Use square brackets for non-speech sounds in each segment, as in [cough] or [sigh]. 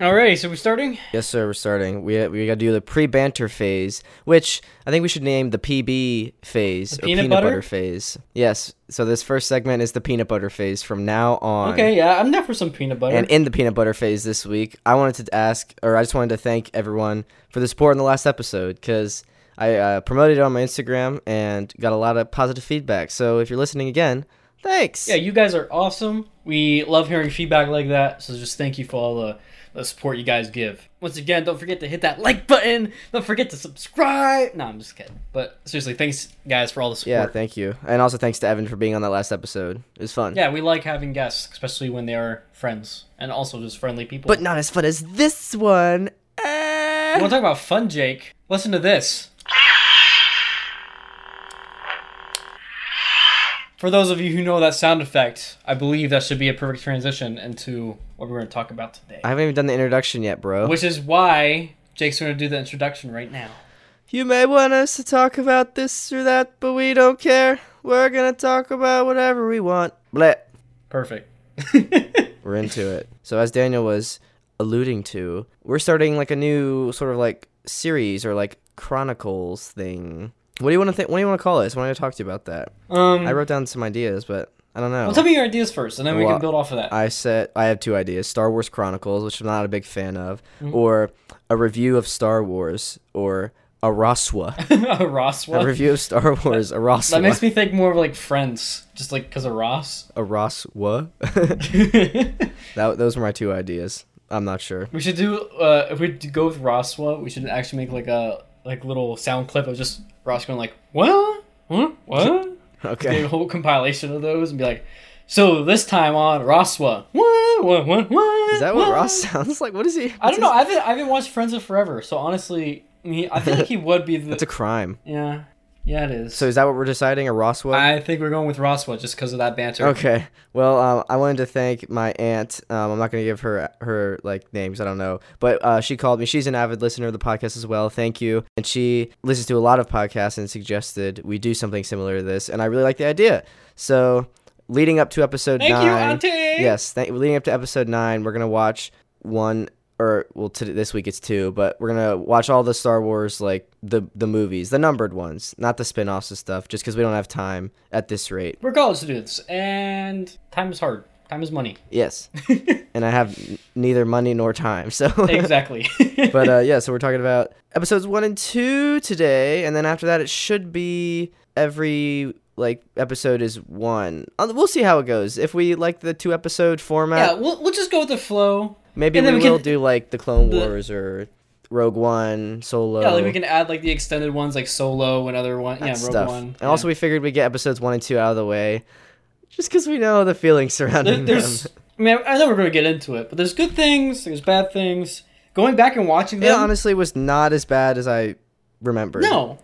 Alrighty, so we're starting. Yes, sir. We're starting. We we gotta do the pre-banter phase, which I think we should name the PB phase The or peanut peanut, butter? butter? phase. Yes. So this first segment is the peanut butter phase from now on. Okay, yeah, I'm down for some peanut butter. And in the peanut butter phase this week, I wanted to ask, or I just wanted to thank everyone for the support in the last episode because I uh, promoted it on my Instagram and got a lot of positive feedback. So if you're listening again, thanks. yeah, you guys are awesome. We love hearing feedback like that. So just thank you for all the, the support you guys give. Once again, don't forget to hit that like button. Don't forget to subscribe. No, I'm just kidding. But seriously, thanks guys for all the Yeah, support. thank you. And also thanks to Evan for being on that last episode. It was fun. Yeah, we like having guests, especially when they are friends and also just friendly people. But not as fun as this one. Eh. we'll talk about fun, Jake. Listen to this. For those of you who know that sound effect, I believe that should be a perfect transition into what we're going to talk about today. I haven't even done the introduction yet, bro. Which is why Jake's going to do the introduction right now. You may want us to talk about this or that, but we don't care. We're gonna talk about whatever we want. Bleh. Perfect. [laughs] We're into [laughs] it. So as Daniel was alluding to, we're starting like a new sort of like series or like chronicles thing. What do you want to think? What do you want to call this? I wanted to talk to you about that. um, I wrote down some ideas, but I don't know. well, tell me your ideas first, and then we Well, can build off of that. I said I have two ideas: Star Wars Chronicles, which I'm not a big fan of, or a review of Star Wars, or a Roswa. [laughs] a Roswell. review of Star Wars, a Roswa. that [laughs] makes me think more of like Friends, just like because of Ross. a Roswa. [laughs] we that, those were my two ideas. I'm not sure. should do uh, if we d- go with Roswa, we should actually make like a like little sound clip of just Ross going like what huh what do Okay. a whole compilation of those and be like, so this time on Roswa what what what what Is that what Ross sounds like? What is he? I don't know. I haven't I haven't watched Friends in forever, so honestly, me I feel like he would [laughs] be the It's a crime. yeah yeah it is. So is that what we're deciding? A Roswa? I think we're going with Roswa just because of that banter. Okay. Well, um, I wanted to thank my aunt. Um, I'm not going to give her her like names. I don't know, but uh, she called me. She's an avid listener of the podcast as well. Thank you. And she listens to a lot of podcasts and suggested we do something similar to this. And I really like the idea. So, leading up to episode Thank nine. you, Auntie. Yes, thank, leading up to episode nine, we're gonna watch one or well, to, this week it's two, but we're gonna watch all the Star Wars like the the movies, the numbered ones, not the spin-offs and stuff, just because we don't have time at this rate. We're college students, and time is hard. Time is money. [laughs] Yes, and I have n- neither money nor time, [laughs] so. exactly. [laughs] but uh, yeah, so we're talking about episodes one and two today, and then after that, it should be every like episode is one. Uh, We'll see how it goes. If we like the two episode format, yeah, we'll, we'll just go with the flow. Maybe And we, then we will can- do like the Clone the- Wars or Rogue One, Solo, Yeah, like we can add like the extended ones, like Solo and other one. that yeah, Rogue stuff. One. And yeah. also, we figured we'd get episodes one and two out of the way, just because we know the feelings surrounding There- there's. [laughs] them. I mean, I know we're gonna get into it, but there's good things, there's bad things. Going back and watching It them, honestly was not as bad as I remembered. no,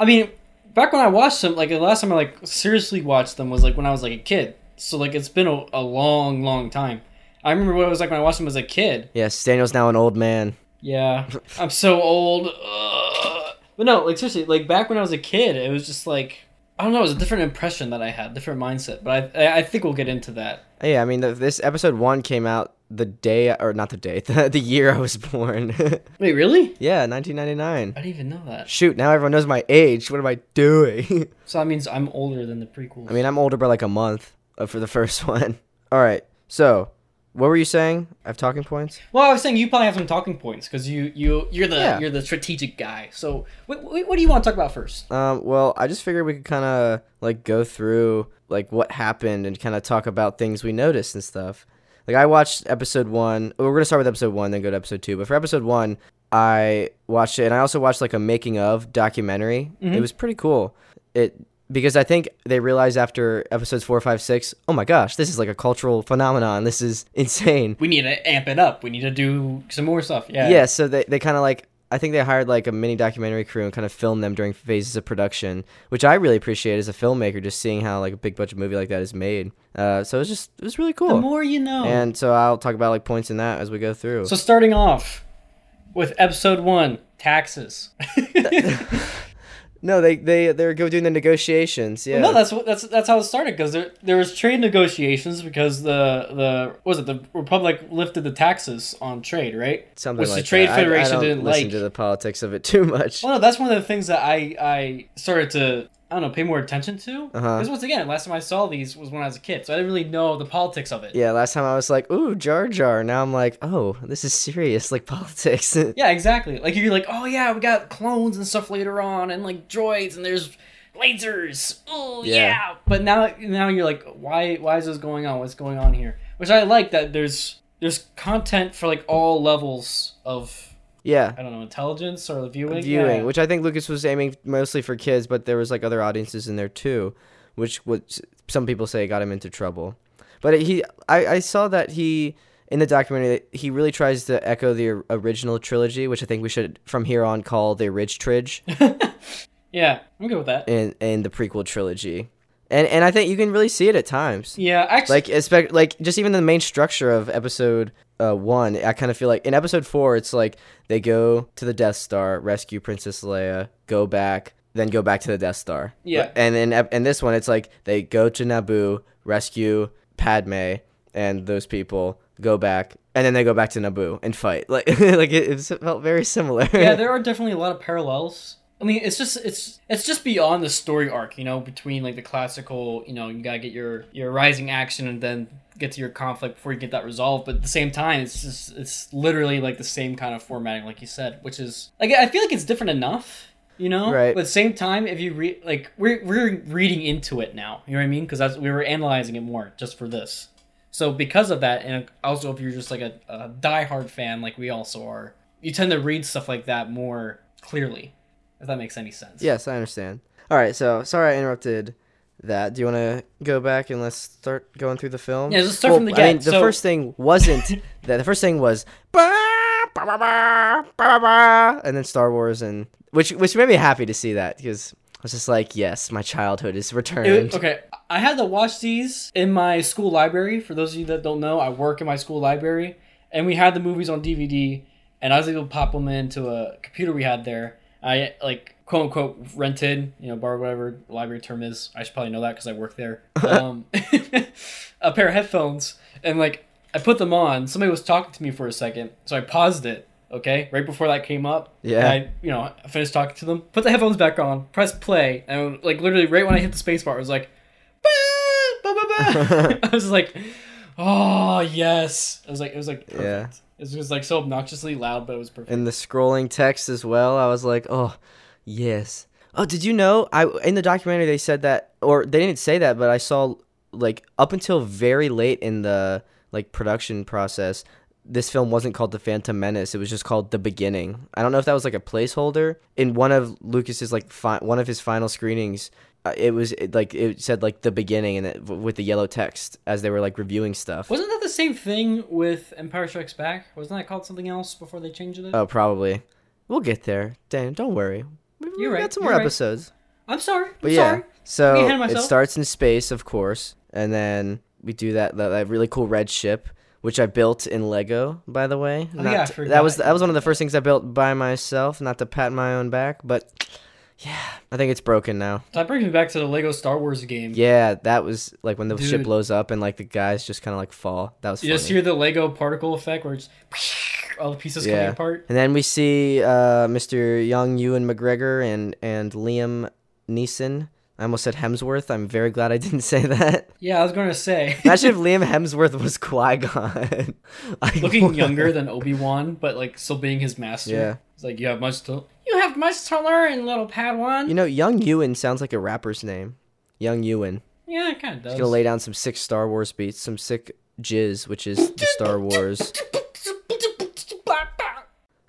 I mean, back when I watched them, like the last time I like seriously watched them was like when I was like a kid. So like it's been a, a long, long time. I remember what it was like when I watched them as a kid. Yes, Daniel's now an old man. Yeah, I'm so old. Ugh. But no, like seriously, like back when I was a kid, it was just like I don't know, it was a different impression that I had, different mindset. But I, I- I think we'll get into that. Uh, Yeah, I mean, the, this episode one came out the day, or not the day, [laughs] the, the year I was born. [laughs] Wait, really? yeah, 1999. I didn't even know that. Shoot, now everyone knows my age. What am I doing? [laughs] So that means I'm older than the prequels. I mean, I'm older by like a month uh, for the [laughs] first one. All right. So, what were you saying? I have talking points. well, I was saying you probably have some talking points because you you you're the Yeah. you're the strategic guy. So what, what, what do you want to talk about first? Um, well, I just figured we could kind of like go through like what happened and kind of talk about things we noticed and stuff. Like I watched episode one. We're gonna start with episode one, then go to episode two. But for episode one, I watched it, and I also watched like a making of documentary. It was pretty cool. It because I think they realized after episodes four, five, six, oh my gosh, this is like a cultural phenomenon. This is [laughs] insane. We need to amp it up. We need to do some more stuff. Yeah. Yeah, so they, they kind of like I think they hired like a mini documentary crew and kind of filmed them during phases of production, which I really appreciate as a filmmaker, just seeing how like a big budget movie like that is made. Uh, so it was just it was really The cool. more you know. and so I'll talk about like points in that as we go through. so starting off with episode one, taxes. No, they they they're go doing the negotiations. Yeah. No, that's what that's that's how it started because there there was trade negotiations because the the what was it the Republic lifted the taxes on trade, right? Something Which like the Trade that. I- I, Federation don't didn't listen like. to the politics of it [laughs] too much. Well, no, that's one of the things that I I started to I don't know pay more attention to Uh-huh. because once again, last time I saw these was when I was a kid, so I didn't really know the politics of it. Yeah, last time I was like, "Ooh, Jar Jar." Now I'm like, "Oh, this is serious, like [laughs] politics." Yeah, exactly. Like you're like, oh yeah, we got clones and stuff later on, and like droids, and there's lasers. Oh yeah. Yeah. But now, now you're like, why? Why is this going on? What's going on here? Which I like that there's there's content for like all levels of yeah, I don't know intelligence or viewing. viewing, Yeah. which I think Lucas was aiming mostly for kids, but there was like other audiences in there too, which which some people say got him into trouble. But he, I, I saw that he in the documentary that he really tries to echo the or- original trilogy, which I think we should from here on call the Ridge Tridge yeah, I'm good with that. and and the prequel trilogy, and and I think you can really see it at times. Yeah, actually, like expect like just even the main structure of episode uh, one i kind of feel like in episode four it's like they go to the death star rescue princess leia go back then go back to the death star Yeah. and in ep- in this one it's like they go to naboo rescue padme and those people go back and then they go back to naboo and fight [laughs] like like it, it felt very similar [laughs] yeah, there are definitely a lot of parallels. I mean, it's just it's it's just beyond the story arc, you know, between like the classical, you know, you gotta get your your rising action and then get to your conflict before you get that resolved. But at the same time, it's just it's literally like the same kind of formatting, like you said, which is like I feel like it's different enough, you know. Right. But at the same time, if you read like we're we're reading into it now, you know what I mean? Because we were analyzing it more just for this. So because of that, and also if you're just like a, a diehard fan, like we also are, you tend to read stuff like that more clearly, if that makes any sense. yes i understand all right so sorry i interrupted that do you want to go back and let's start going through the film Yeah, let's start from the I mean, get. the So- first thing wasn't [laughs] that the first thing was "Bah, bah, bah, bah, bah, bah, bah," and then star wars and which which made me happy to see that because i was just like yes my childhood is returned It- okay, I had to watch these in my school library. For those of you that don't know, I work in my school library, and we had the movies on DVD, and I was able to pop them into a computer we had there. I like quote unquote rented, you know, borrowed whatever library term is. I should probably know that because I work [laughs] there. Um, [laughs] a pair of headphones, and like I put them on. Somebody was talking to me for a second, so I paused it. Okay, right before that came up, Yeah. And I, you know, I finished talking to them, put the headphones back on, press play, and like literally right when I hit the space bar, it was like, "Bah, bah, bah, [laughs] bah." [laughs] I was like, oh yes. I was like, it was like perfect. Yeah. It was just like so obnoxiously loud, but it was perfect. and the scrolling text as well i was like oh yes oh did you know i in the documentary they said that or they didn't say that but i saw like up until very late in the like production process this film wasn't called the phantom menace it was just called the beginning i don't know if that was like a placeholder in one of lucas's like fi- one of his final screenings uh, it was it, like it said like the beginning and it, with the yellow text as they were like reviewing stuff Wasn't that the same thing with Empire Strikes Back? Wasn't that called something else before they changed it? oh probably we'll get there dan don't worry we You're we've right, got some more you're right. episodes I'm sorry. I'm But yeah, sorry. Getting ahead of so it myself. starts in space, of course, and then we do that that, that really cool red ship, which I built in Lego, by the way. Not Oh, yeah, I to- forgot that was you that was one of the first things I built by myself, not to pat my own back, but yeah, I think it's broken now. That brings me back to the Lego Star Wars game. Yeah, that was like when the Dude. ship blows up and like the guys just kind of like fall. That was You funny. just hear the Lego particle effect where it's [laughs] all the pieces coming Yeah. apart. And then we see uh, Mr. Young Ewan McGregor and and Liam Neeson. I almost said Hemsworth. I'm very glad I didn't [laughs] say that. Yeah, I was gonna say. [laughs] Imagine if Liam Hemsworth was Qui [laughs] Gon. looking younger than Obi Wan, but like still being his master. Yeah. it's like you have much to you have much to learn, little Padawan. You know, Young Ewan sounds like a rapper's name. Young Ewan. yeah, it kind of does. Gonna lay down some sick Star Wars beats, some sick jizz, which is the Star Wars.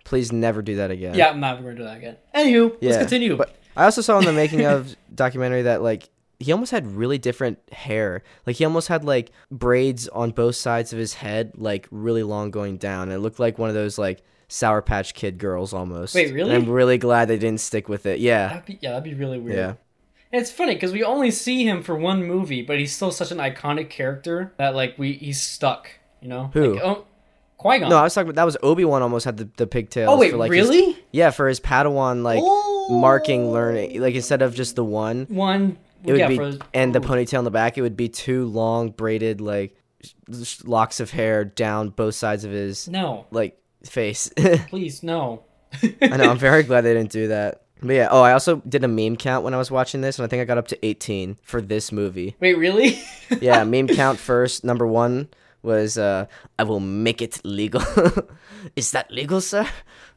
Please never do that again. Yeah, I'm not going to do that again. Anywho, let's continue. But I also saw in the making of [laughs] documentary that like he almost had really different hair. Like he almost had like braids on both sides of his head, like really long going down. It looked like one of those like Sour Patch Kid girls almost. Wait, And really? I'm really glad they didn't stick with it. Yeah. that'd be, yeah, that'd be really weird. Yeah. It's funny because we only see him for one movie, but he's still such an iconic character that like we he's stuck. You know Who? Like, oh, Qui Gon. No, I was talking about that was Obi Wan almost had the, the pigtails. oh wait, for, like, his- really? Oh! yeah, for his Padawan like marking learning like instead of just the one One. it would yeah, be for- and the ponytail in the back it would be two long braided like sh- sh- locks of hair down both sides of his No, like face [laughs] please, no. [laughs] i know i'm very glad they didn't do that but yeah oh i also did a meme count when i was watching this and i think i got up to 18 for this movie Wait, really? [laughs] yeah meme count first number one was uh i will make it legal [laughs] is that legal sir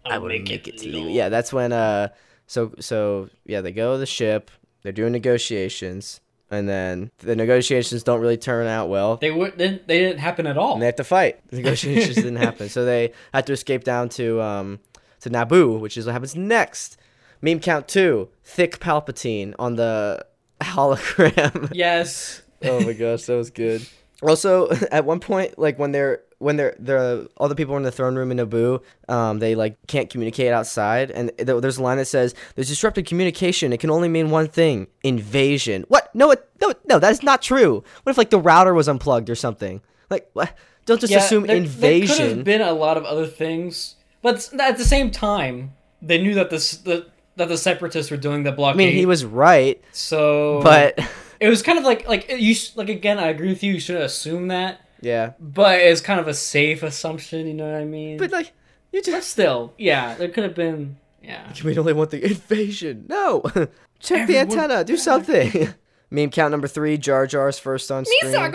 i will make, it, legal. yeah that's when uh so so yeah they go to the ship they're doing negotiations and then the negotiations don't really turn out well They would. They didn't, they didn't happen at all. and they have to fight [laughs] the negotiations didn't happen so they had to escape down to um to naboo which is what happens next meme count two thick palpatine on the [laughs] hologram Yes. oh [laughs] my gosh, that was good. Also, [laughs] at one point, like when they're when they're the all the people in the throne room in Naboo, um, they like can't communicate outside, and th- there's a line that says, "There's disrupted communication. It can only mean one thing: invasion." What? No, it no, it- no, that is not true. What if like the router was unplugged or something? Like, what? don't just Yeah, assume there- There could invasion. have been a lot of other things, but s- at the same time, they knew that this the that the separatists were doing the I blockade. mean, he was right, so, but it was kind of like like you sh- like again. I agree with you. You should assume that, [laughs] yeah, but it's kind of a safe assumption. You know what I mean? but like you just But still, yeah, there could have been. Yeah, You mean only want the invasion? No! [laughs] Check the Everyone- antenna, do something! [laughs] Meme count number three, Jar Jar's first on screen. gonna I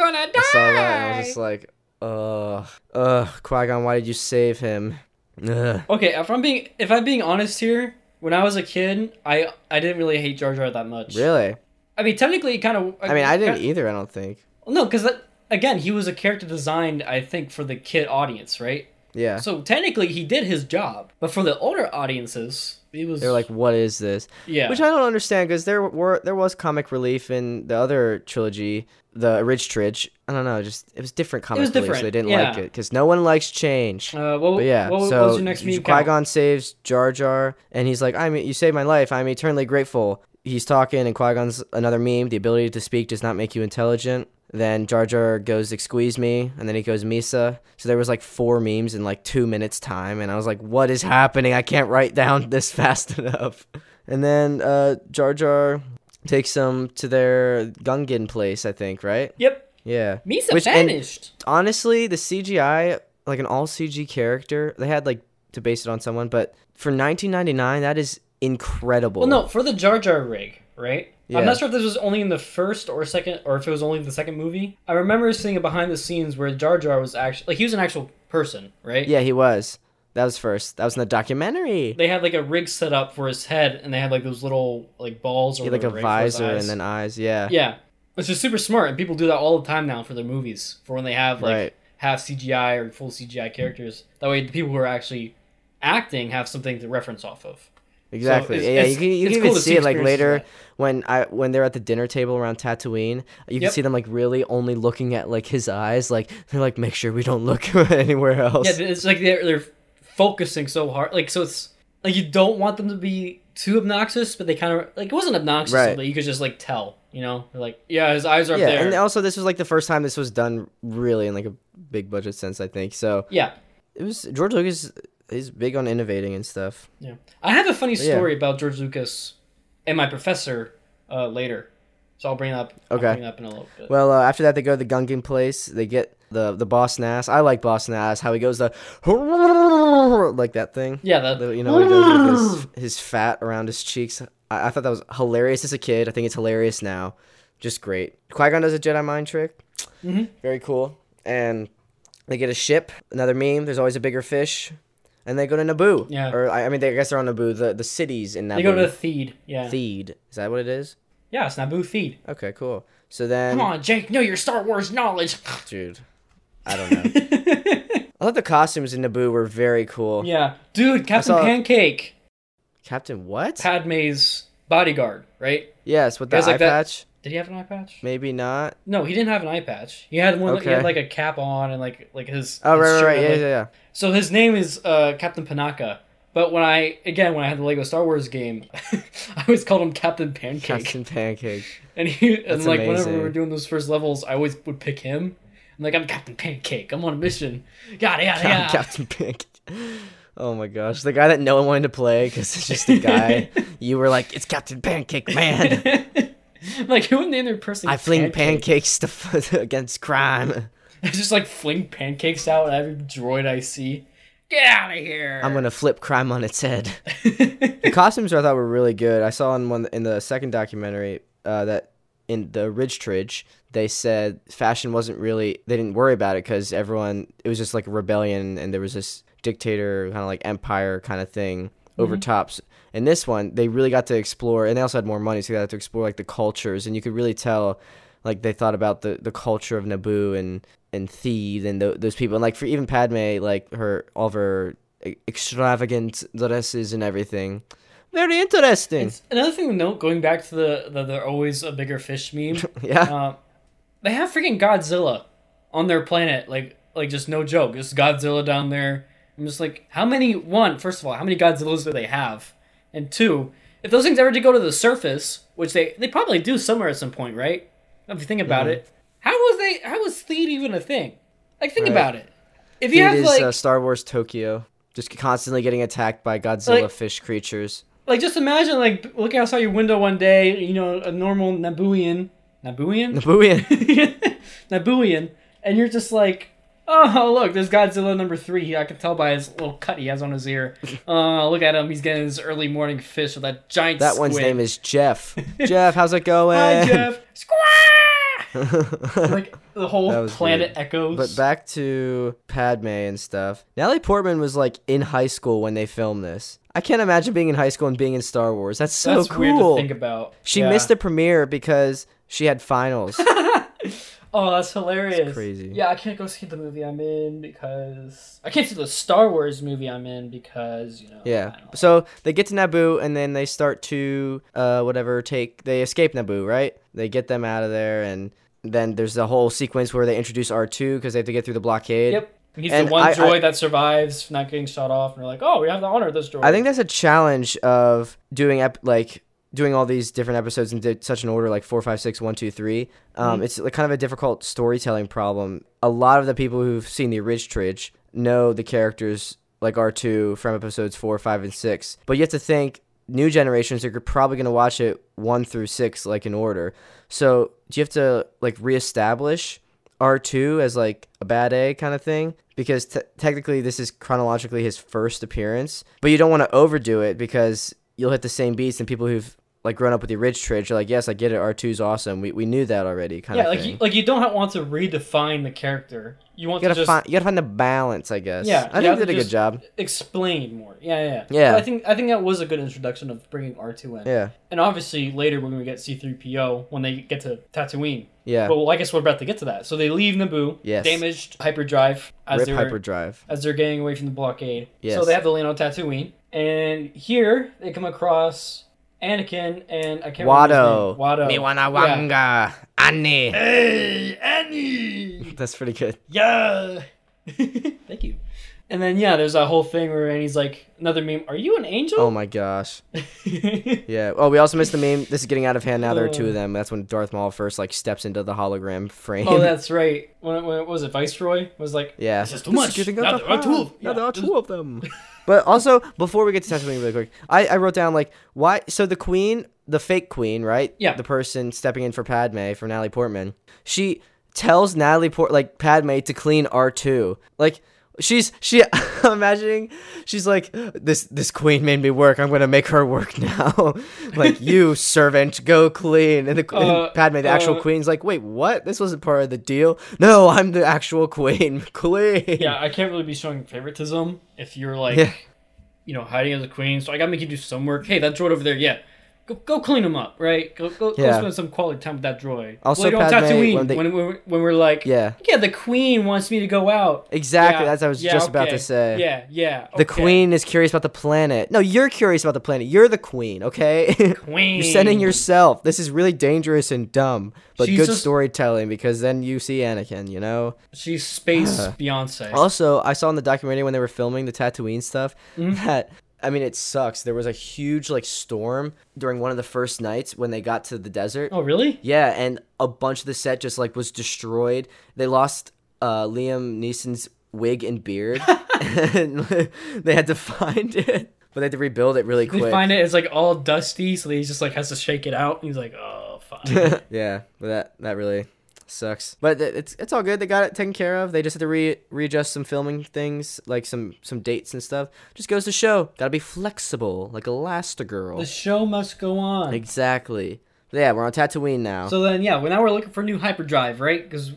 saw that and I was just like, ugh. Ugh, Qui-Gon, why did you save him? Ugh. Okay, if I'm being if I'm being honest here, when I was a kid, I I didn't really hate Jar Jar that much. Really? I mean, technically, kind of. I mean, I didn't e- either, I don't think. No, because again, he was a character designed, I think, for the kid audience, right? Yeah. So technically, he did his job, but for the older audiences, it was They're like, what is this? yeah, Which I don't understand, because there were there was comic relief in the other trilogy, the Ridge Tridge. I don't know, just, it was different comic relief, different, so they didn't yeah. like it, because no one likes change. uh, what, But yeah, what, what so was your next meme Qui count? Gon saves Jar Jar, and he's like, "I'm you saved my life. I'm eternally grateful." He's talking, and Qui Gon's another meme. The ability to speak does not make you intelligent. Then Jar Jar goes, "Excuse me," and then he goes, "Misa." So there was like four memes in like two minutes time, and I was like, "What is happening? I can't write down [laughs] this fast enough." And then uh, Jar Jar takes them to their Gungan place, I think, right? Yep, Yeah. Misa Which- and- vanished. honestly, the CGI, like an all CG character, they had like to base it on someone, but for 1999, that is incredible. Well, no, for the Jar Jar rig, right? Yeah. I'm not sure if this was only in the first or second, or if it was only the second movie. I remember seeing a behind the scenes where Jar Jar was actually like he was an actual person, right? Yeah, he was. That was first. That was in the documentary. They had like a rig set up for his head, and they had like those little like balls or He had like a whatever, right, for his visor eyes. and then eyes. Yeah. Yeah, which is super smart, and people do that all the time now for their movies, for when they have like Right. half CGI or full CGI characters. That way, the people who are actually acting have something to reference off of. Exactly. it's- yeah, it's- you can, you it's can cool even to see see it like experiences later like when I when they're at the dinner table around Tatooine. You can Yep. see them like really only looking at like his eyes. Like they're like, make sure we don't look [laughs] anywhere else. Yeah, it's like they're they're focusing so hard, like so it's like you don't want them to be too obnoxious, but they kind of like it wasn't obnoxious, Right. but you could just like tell, you know, They're like yeah, his eyes are yeah, up there. and also this was like the first time this was done really in like a big budget sense, I think. So yeah, it was George Lucas is big on innovating and stuff. Yeah, I have a funny Yeah. story about George Lucas and my professor uh, later, so I'll bring it up. I'll Okay. bring it up in a little bit. Well, uh, after that they go to the Gungan place. They get the the boss Nass. I like boss Nass. How he goes the like that thing. yeah, that, The- You know, he goes with his, his fat around his cheeks. I, I thought that was hilarious as a kid. I think it's hilarious now. Just great. Qui Gon does a Jedi mind trick. Mhm. Very cool. And they get a ship. Another meme. There's always a bigger fish. And they go to Naboo. Yeah. Or I I mean, they, I guess they're on Naboo. The the cities in Naboo. they go to Theed. Yeah, Theed. Is that what it is? yeah, it's Naboo Theed. Okay, cool. So then, Come on, Jake, know your Star Wars knowledge. dude, I don't know. I thought the costumes in Naboo were very [laughs] cool. yeah, dude, Captain saw- Pancake, Captain, what? Padme's bodyguard, right? yes, with the Guys eye like that- patch. Did he have an eye patch? Maybe not. No, he didn't have an eye patch. He had one. that- He had Okay. like a cap on and like like his. Oh, his right, right, shirt right. had, Yeah, like, yeah, yeah. So his name is uh, Captain Panaka. But when I again when I had the Lego Star Wars game, [laughs] I always called him Captain Pancake. Captain Pancake. And he and That's like whenever amazing. we were doing those first levels, I always would pick [laughs] him. I'm like I'm Captain Pancake. I'm on a mission. Yada yada yada. Captain Pancake. [laughs] Oh my gosh, the guy that no one wanted to play because it's just a guy. [laughs] you were like, it's Captain Pancake Man. like who would name their person? I fling Pancake? pancakes to f- [laughs] against crime. I [laughs] just like fling pancakes out at every droid I see. Get out of here! I'm gonna flip crime on its head. [laughs] the costumes I thought were really good. I saw in one in the second documentary uh, that in the Ridge Tridge they said fashion wasn't really they didn't worry about it because everyone it was just like a rebellion and there was this dictator kind of like empire kind of thing over tops. In this one, they really got to explore, and they also had more money, so they got to explore like the cultures, and you could really tell like they thought about the, the culture of Naboo and and Thieves and tho- those people, and like for even Padme, like her all of her e- extravagant dresses and everything. Very interesting. It's- Another thing to note, going back to the, the they're always a bigger fish [laughs] meme. yeah, uh, they have freaking Godzilla on their planet. Like like just no joke. Just Godzilla down there. I'm just like, how many one, first of all, how many Godzillas do they have? And two, if those things ever did go to the surface, which they they probably do somewhere at some point, right? If you think about Mm-hmm. it. How was they how was Theed even a thing? Like think Right. about it. If you it have is like uh, Star Wars Tokyo, just constantly getting attacked by Godzilla Like- fish creatures. [laughs] like just imagine like looking outside your window one day, you know, a normal Nabooian Nabooian? Nabooian. [laughs] Nabooian, and you're just like, oh look, there's Godzilla number three. I can tell by his little cut he has on his ear. Oh, look at him. He's getting his early morning fish with that giant. [laughs] That one's squid. name [laughs] is Jeff. Jeff, how's it going? [laughs] Hi, Jeff. Squaw! like the That whole was planet weird. echoes. [laughs] But back to Padme and stuff. Natalie Portman was like in high school when they filmed this. I can't imagine being in high school and being in Star Wars. That's so That's cool. weird to think about. she Yeah. missed the premiere because she had finals. Oh, that's hilarious. crazy. Yeah, I can't go see the movie I'm in because I can't see the Star Wars movie I'm in because you know. yeah. I don't- So they get to Naboo and then they start to uh whatever take they escape Naboo, right? They get them out of there and then there's the whole sequence where they introduce R2 because they have to get through the blockade. Yep. He's And the one I- I- droid that survives from not getting shot off, and they're like, "Oh, we have to honor this droid." I think that's a challenge of doing ep- like doing all these different episodes in di- such an order, like four, five, six, one, two, three. Um, It's like kind of a difficult storytelling problem. A lot of the people who've seen the Ridge Tridge know the characters like R two from episodes four, five, and six. But you have to think new generations are probably going to watch it one through six like in order. So do you have to like reestablish? R2 as like a bad egg kind of thing because te- technically this is chronologically his first appearance, but you don't want to overdo it because you'll hit the same beats and people who've like grown up with the Ridge Tridge are like, yes, I get it. R2's awesome. We, we knew that already kind yeah, of like thing. you, like you don't ha- want to redefine the character. You want you to gotta just find you gotta find the balance, I guess. Yeah, I you have to think they did a good just- job. explain more. Yeah, yeah, Yeah. But I think I think that was a good introduction of bringing R two in. Yeah, And obviously later when we get C three PO when they get to Tatooine. yeah. But well, I guess we're about to get to that. So they leave Naboo, Yes. damaged hyperdrive as Rip they're hyperdrive. as they're getting away from the blockade. So Yes. they have to land on Tatooine, and here they come across Anakin and I can't Wado. remember his name. Wado. Miwana Yeah. Wanga. Annie. Hey, Annie! That's pretty good. Yeah! Thank you. And then, yeah, there's that whole thing where Annie's like, another meme, are you an Oh angel? my gosh. yeah, [laughs] Yeah. Oh, we also missed the meme. This is getting out of hand now. There are two Uh. of them. That's when Darth Maul first like steps into the hologram [laughs] frame. oh, that's right. When, it- when it was it, Viceroy was like, Yeah. This is too much. getting Now out of there are two of- hand. Now yeah, there are this- two of them. [laughs] but also, before we get to Tatooine really quick, I, I wrote down, like, why... So the queen, the fake queen, right? Yeah. The person stepping in for Padme from Natalie Portman. She tells Natalie Port... Like, Padme to clean R2. Like... She's she [laughs] I'm imagining she's like this this queen made me work I'm gonna make her work [laughs] now like [laughs] you servant go clean and the and Uh, Padme the actual uh, queen's like wait what this wasn't part of the deal [laughs] no I'm the actual queen [laughs] clean yeah, I can't really be showing favoritism if you're like, Yeah. you know, hiding as a queen, so I gotta make you do some work. Hey, that droid over there, yeah. Go, go clean him up, right? Go, go, go Yeah. spend some quality time with that droid. Also, Later on Padme, Tatooine, when when, they- when, we're, when we're like, Yeah, yeah, the queen wants me to go out. exactly. Yeah, That's what I was yeah, just about okay. to say. Yeah, yeah. The okay. queen is curious about the planet. No, you're curious about the planet. You're the queen, okay? [laughs] Queen. you're sending yourself. This is really dangerous and dumb, but She's good just- storytelling because then you see Anakin, you know? She's space Beyonce. Also, I saw in the documentary when they were filming the Tatooine stuff Mm-hmm. that I mean, it sucks. There was a huge like storm during one of the first nights when they got to the desert. oh, really? Yeah, and a bunch of the set [laughs] just like was destroyed. They lost uh, Liam Neeson's wig and beard. [laughs] and they had to find it, but they had to rebuild it really quick. They find it, it's like all dusty, so he just like has to shake it out, and he's like, oh, [laughs] fuck. [laughs] yeah, but that that really sucks. But th- it's it's all good. They got it taken care of. They just had to re- readjust some filming things, like some some dates and stuff. Just goes to show, gotta be flexible, like the Elastigirl. show must go on. exactly. But yeah, we're on Tatooine now. So then, yeah, well, now we're looking for new hyperdrive, right? Because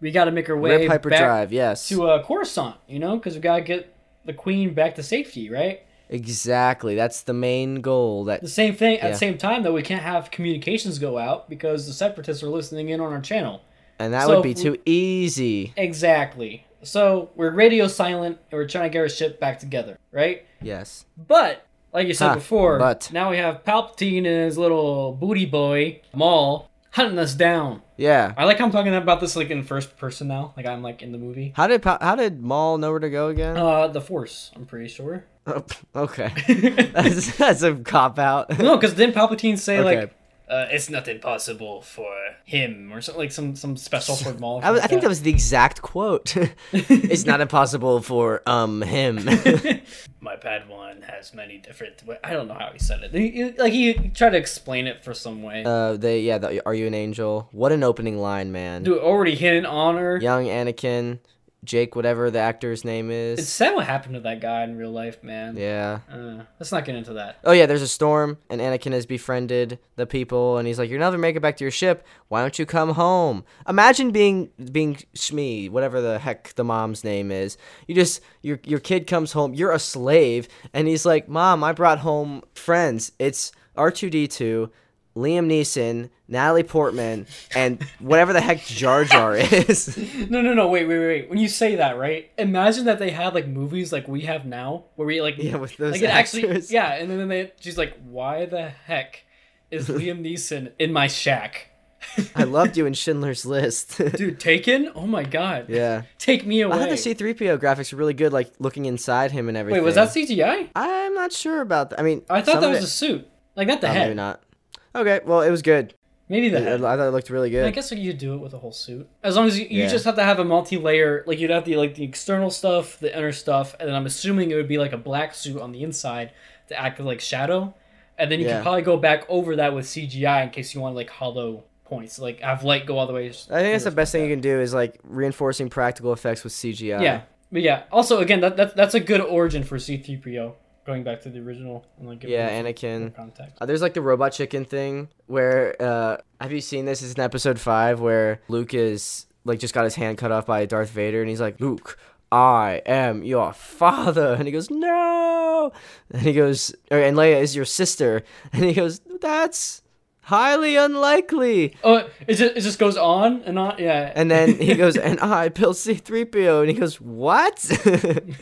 we got to make our way Rip back hyperdrive, yes. to uh, Coruscant, you know, because we got to get the Queen back to safety, right? exactly. That's the main goal. That The same thing. At Yeah. the same time, though, we can't have communications go out because the separatists are listening in on our channel. and that so would be if we- too easy. Exactly. So we're radio silent and we're trying to get our ship back together, right? Yes. But like you said Huh, before, but. now we have Palpatine and his little booty boy Maul hunting us down. Yeah. I like how I'm talking about this like in first person now, like I'm like in the movie. How did Pa- how did Maul know where to go again? Uh, the Force. I'm pretty sure. [laughs] Oh, okay. [laughs] no, That's, that's a cop [laughs] out. because didn't Palpatine say Okay. like, uh, "It's nothing possible for him" or something like some some special for Maul? or I, was, I something think that was the exact quote. [laughs] it's not impossible for [laughs] um him. like that. My Padawan has many different. wa- I don't know how he said it. He- he- like he tried to explain it for some way. uh, they yeah. The, Are you an angel? What an opening line, man. Dude, already hidden honor. Young Anakin, Jake, whatever the actor's name is. It's sad what happened to that guy in real life, man. yeah. Uh, let's not get into that. Oh yeah, there's a storm, and Anakin has befriended the people, and he's like, "You'll never make it back to your ship. Why don't you come home?" Imagine being being Shmi, whatever the heck the mom's name is. You just your your kid comes home. You're a slave, and he's like, "Mom, I brought home friends. It's R2D2, Liam Neeson, Natalie Portman, and whatever the heck Jar Jar [laughs] is." No, no, no. Wait, wait, wait, wait. When you say that, right? Imagine that they had like movies like we have now, where we like yeah, with those like it actors. actually yeah and then they she's like why the heck [laughs] is liam neeson in my shack I loved you in Schindler's List. [laughs] [laughs] dude taken oh my god yeah. take me I away thought the C3PO graphics were really good, like looking inside him and everything. wait was that cgi I'm not sure about that. I mean, i thought some that of was it- a suit like not the Oh, maybe head not. Okay, well, it was good. maybe the It- I head thought it looked really I good. guess like, you could do it with a whole suit, as long as you, you Yeah. just have to have a multi-layer. Like you'd have the like the external stuff, the inner stuff, and then I'm assuming it would be like a black suit on the inside to act like shadow, and then you Yeah. can probably go back over that with CGI in case you want like hollow points, like have light go all the way. I think that's the best thing you can do is like reinforcing practical effects with CGI. Yeah, but yeah. Also, again, that, that that's a good origin for C-3PO, going back to the original and like giving Yeah, us Anakin. context. Uh, There's like the robot chicken thing where uh have you seen this? It's in episode five where Luke is like just got his hand cut off by Darth Vader and he's like, Luke, I am your father and he goes, No and he goes or, and Leia is your sister [laughs] and he goes, That's highly unlikely Oh, it just it just goes on and on. Yeah, And then he goes, and I built C3PO. And he goes, what? [laughs]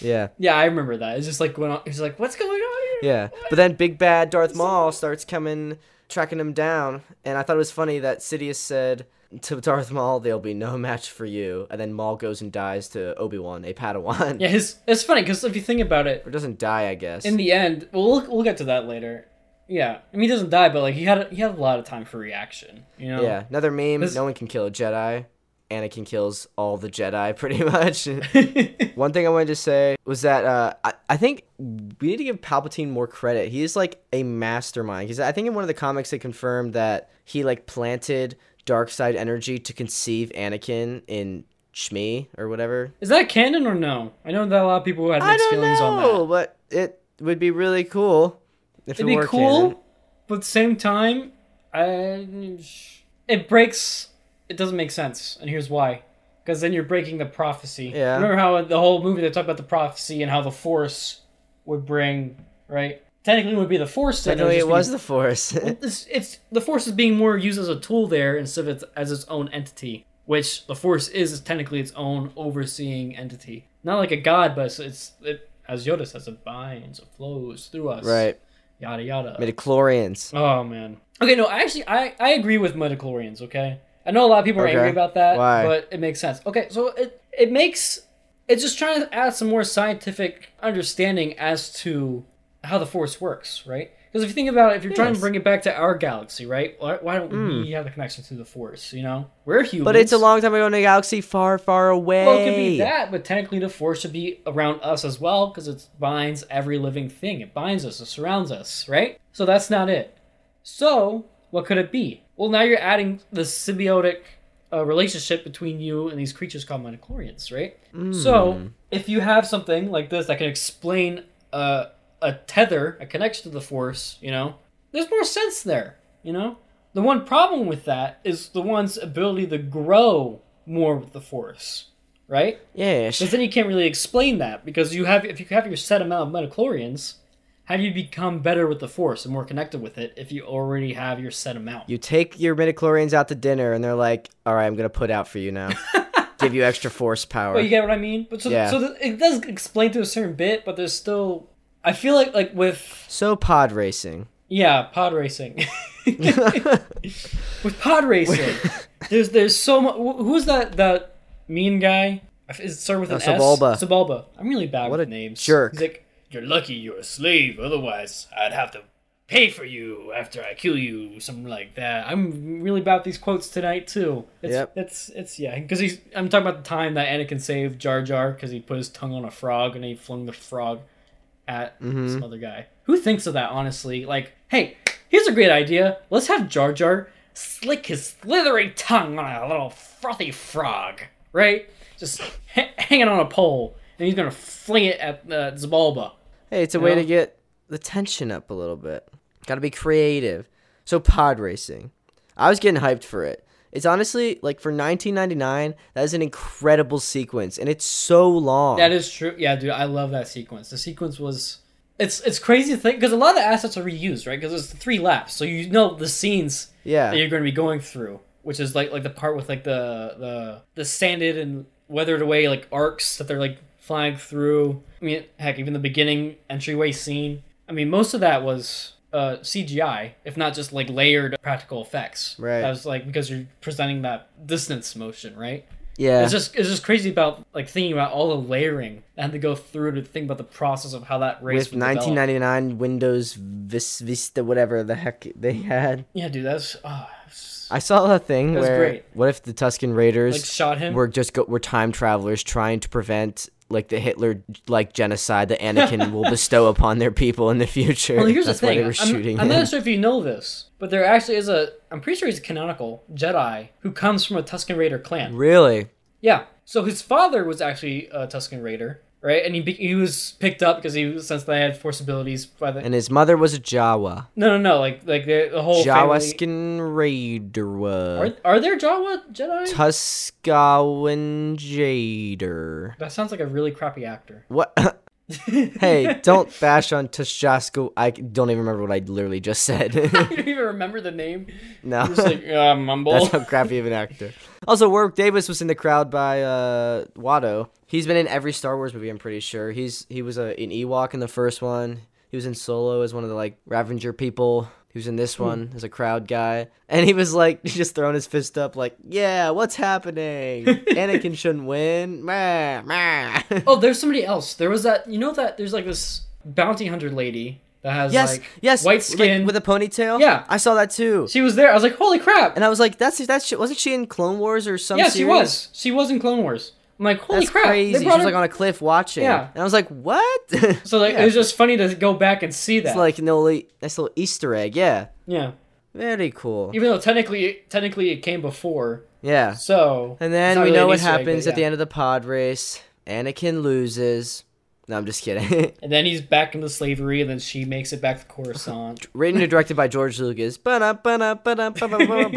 yeah, [laughs] yeah, I remember that. It's just like going on. He's like, what's going on? Here? [laughs] yeah. But then Big Bad Darth Maul starts coming, tracking him down. And I thought it was funny that Sidious said to Darth Maul, there'll be no match for you. And then Maul goes and dies to Obi-Wan, a Padawan. Yeah, his it's funny because if you think about it, [laughs] Or doesn't die, I guess. in the end, well, we'll we'll get to that later. Yeah, I mean, he doesn't die, but like he had a, he had a lot of time for reaction. You know. yeah, another meme. This- No one can kill a Jedi. Anakin kills all the Jedi, [laughs] pretty much. Yeah. One thing I wanted to say was that uh, I, I think we need to give Palpatine more credit. He is like a mastermind. Because I think in one of the comics they confirmed that he like planted dark side energy to conceive Anakin in Shmi or whatever. [laughs] Is that canon or no? I know that a lot of people had I mixed don't feelings know, on that. but it would be really cool. If It'd it be were cool, canon. but at the same time, I, it breaks. It doesn't make sense, and here's why. Because then you're breaking the prophecy. Yeah. Remember how in the whole movie they talked about the prophecy and how the Force would bring right. Technically, it would be the Force. then, Technically, would it just be- was the Force. [laughs] it's, it's the force is being more used as a tool there instead of it's, as its own entity which the force is technically its own overseeing entity not like a god but it's, it's it, as yoda says it binds it flows through us right. yada yada Midichlorians. oh man okay no actually i i agree with midichlorians okay i know a lot of people are Okay. angry about that Why? but it makes sense okay so it it makes it's just trying to add some more scientific understanding as to how the force works, right? Because if you think about it, if you're trying to Yes. Hmm. bring it back to our galaxy, right? Why, why don't we have the connection to the force? You know, we're humans. But it's a long time ago in a galaxy far, far away. Well, it could be that, but technically the force should be around us as well because it binds every living thing. It binds us, it surrounds us, right? So that's not it. So, what could it be? Well, now you're adding the symbiotic uh, relationship between you and these creatures called midichlorians, right? So, if you have something like this that can explain uh, a tether, a connection to the force, you know, there's more sense there, you know? The one problem with that is the one's ability to grow more with the force, right? Yeah. Because then you can't really explain that because you have if you have your set amount of metachlorians, how do you become better with the force and more connected with it if you already have your set amount? You take your midichlorians out to dinner, and they're like, "All right, I'm gonna put out for [laughs] you now. Give you extra force power." But you get what I mean. But so Yeah. so th- it does explain to a certain bit, but there's still I feel like like with so [laughs] pod racing. [laughs] yeah pod racing. [laughs] with pod [laughs] racing, there's there's so much. Who's that that mean guy? I f- Is it start with Uh, an S? Sebulba. Sebulba. I'm really bad What with a names. jerk. He's like, you're lucky you're a slave. Otherwise, I'd have to pay for you after I kill you, something like that. I'm really bad with these quotes tonight too. It's, Yep. It's it's yeah, because he's. I'm talking about the time that Anakin saved Jar Jar because he put his tongue on a frog and he flung the frog at some other guy. Who thinks of that, honestly? Like, hey, here's a great idea. Let's have Jar Jar slick his slithery tongue on a little frothy frog, right? Just h- hanging on a pole, and he's gonna fling it at uh, Zabalba. Hey, it's a way know? to get the tension up a little bit. Got to be creative. So pod racing. I was getting hyped for it. It's honestly like for 1999, that is an incredible sequence, and it's so long. That is true. Yeah, dude, I love that sequence. The sequence was. It's, it's crazy to think because a lot of the assets are reused, right? Because it's three laps, so you know the scenes yeah. that you're going to be going through, which is like like the part with like the the the sanded and weathered away like arcs that they're like flying through. I mean, heck, even the beginning entryway scene. I mean, most of that was uh, CGI, if not just like layered practical effects. Right. That was like because you're presenting that distance motion, right? yeah. It's just it's just crazy about like thinking about all the layering I had to go through to think about the process of how that race with would develop. 1999 Windows Vis- Vista, whatever the heck they had. Yeah, dude, that's oh, it's- I saw a thing was where great. what if the Tuscan Raiders like shot him. were just go- were time travelers trying to prevent like the Hitler like genocide that Anakin [laughs] will bestow upon their people in the future. Well, here's That's the thing. why they were I'm, shooting I'm him. not sure if you know this, but there actually is a. I'm pretty sure he's a canonical Jedi who comes from a Tusken Raider clan. Really? Yeah. So his father was actually a Tusken Raider, right? And he be- he was picked up because he was, since they had force abilities by the. And his mother was a Jawa. no, no, no. Like like the, the whole family. Jawaskin Are, Raider. are there Jawa Jedi? Tuscawan Jader. that sounds like a really crappy actor. [laughs] What? hey, don't bash on Tushasku. I don't even remember what I literally [laughs] just said. [laughs] you don't even remember the name. no. Just like uh, mumble. That's how crappy of an actor. Also, Warwick Davis was in the crowd by uh, Watto. He's been in every Star Wars movie, I'm pretty sure. He's he was a, an Ewok in the first one. He was in Solo as one of the like Ravenger people. He was in this Hmm. one as a crowd guy, and he was like [laughs] just throwing his fist up, like, "Yeah, [laughs] what's happening? Anakin shouldn't win." Meh, meh. oh, there's somebody else. There was that. You know that there's like this bounty hunter lady that has [laughs] yes, like yes, white like, skin with a ponytail. Yeah. I saw that too, She was there. I was like, holy crap. and I was like, "That's that shit." Wasn't she in Clone Wars or some? yeah, she series? was. She was in Clone Wars. I'm like, holy That's crap. crazy. They She brought was her- like on a cliff watching. Yeah. And I was like, what? [laughs] [laughs] so like, yeah. it was just funny to go back and see that. It's like no li- nice little Easter egg. Yeah. yeah. Very cool. Even though technically, technically it came before. Yeah. So. And it's then not we really know an what Easter egg, happens but at the yeah. end of the pod race. Anakin loses. No, I'm just kidding. [laughs] And then he's back into slavery, and then she makes it back to Coruscant. Written and directed by George Lucas. [laughs] Ba-da, ba-da, ba-da, ba-ba, ba-ba,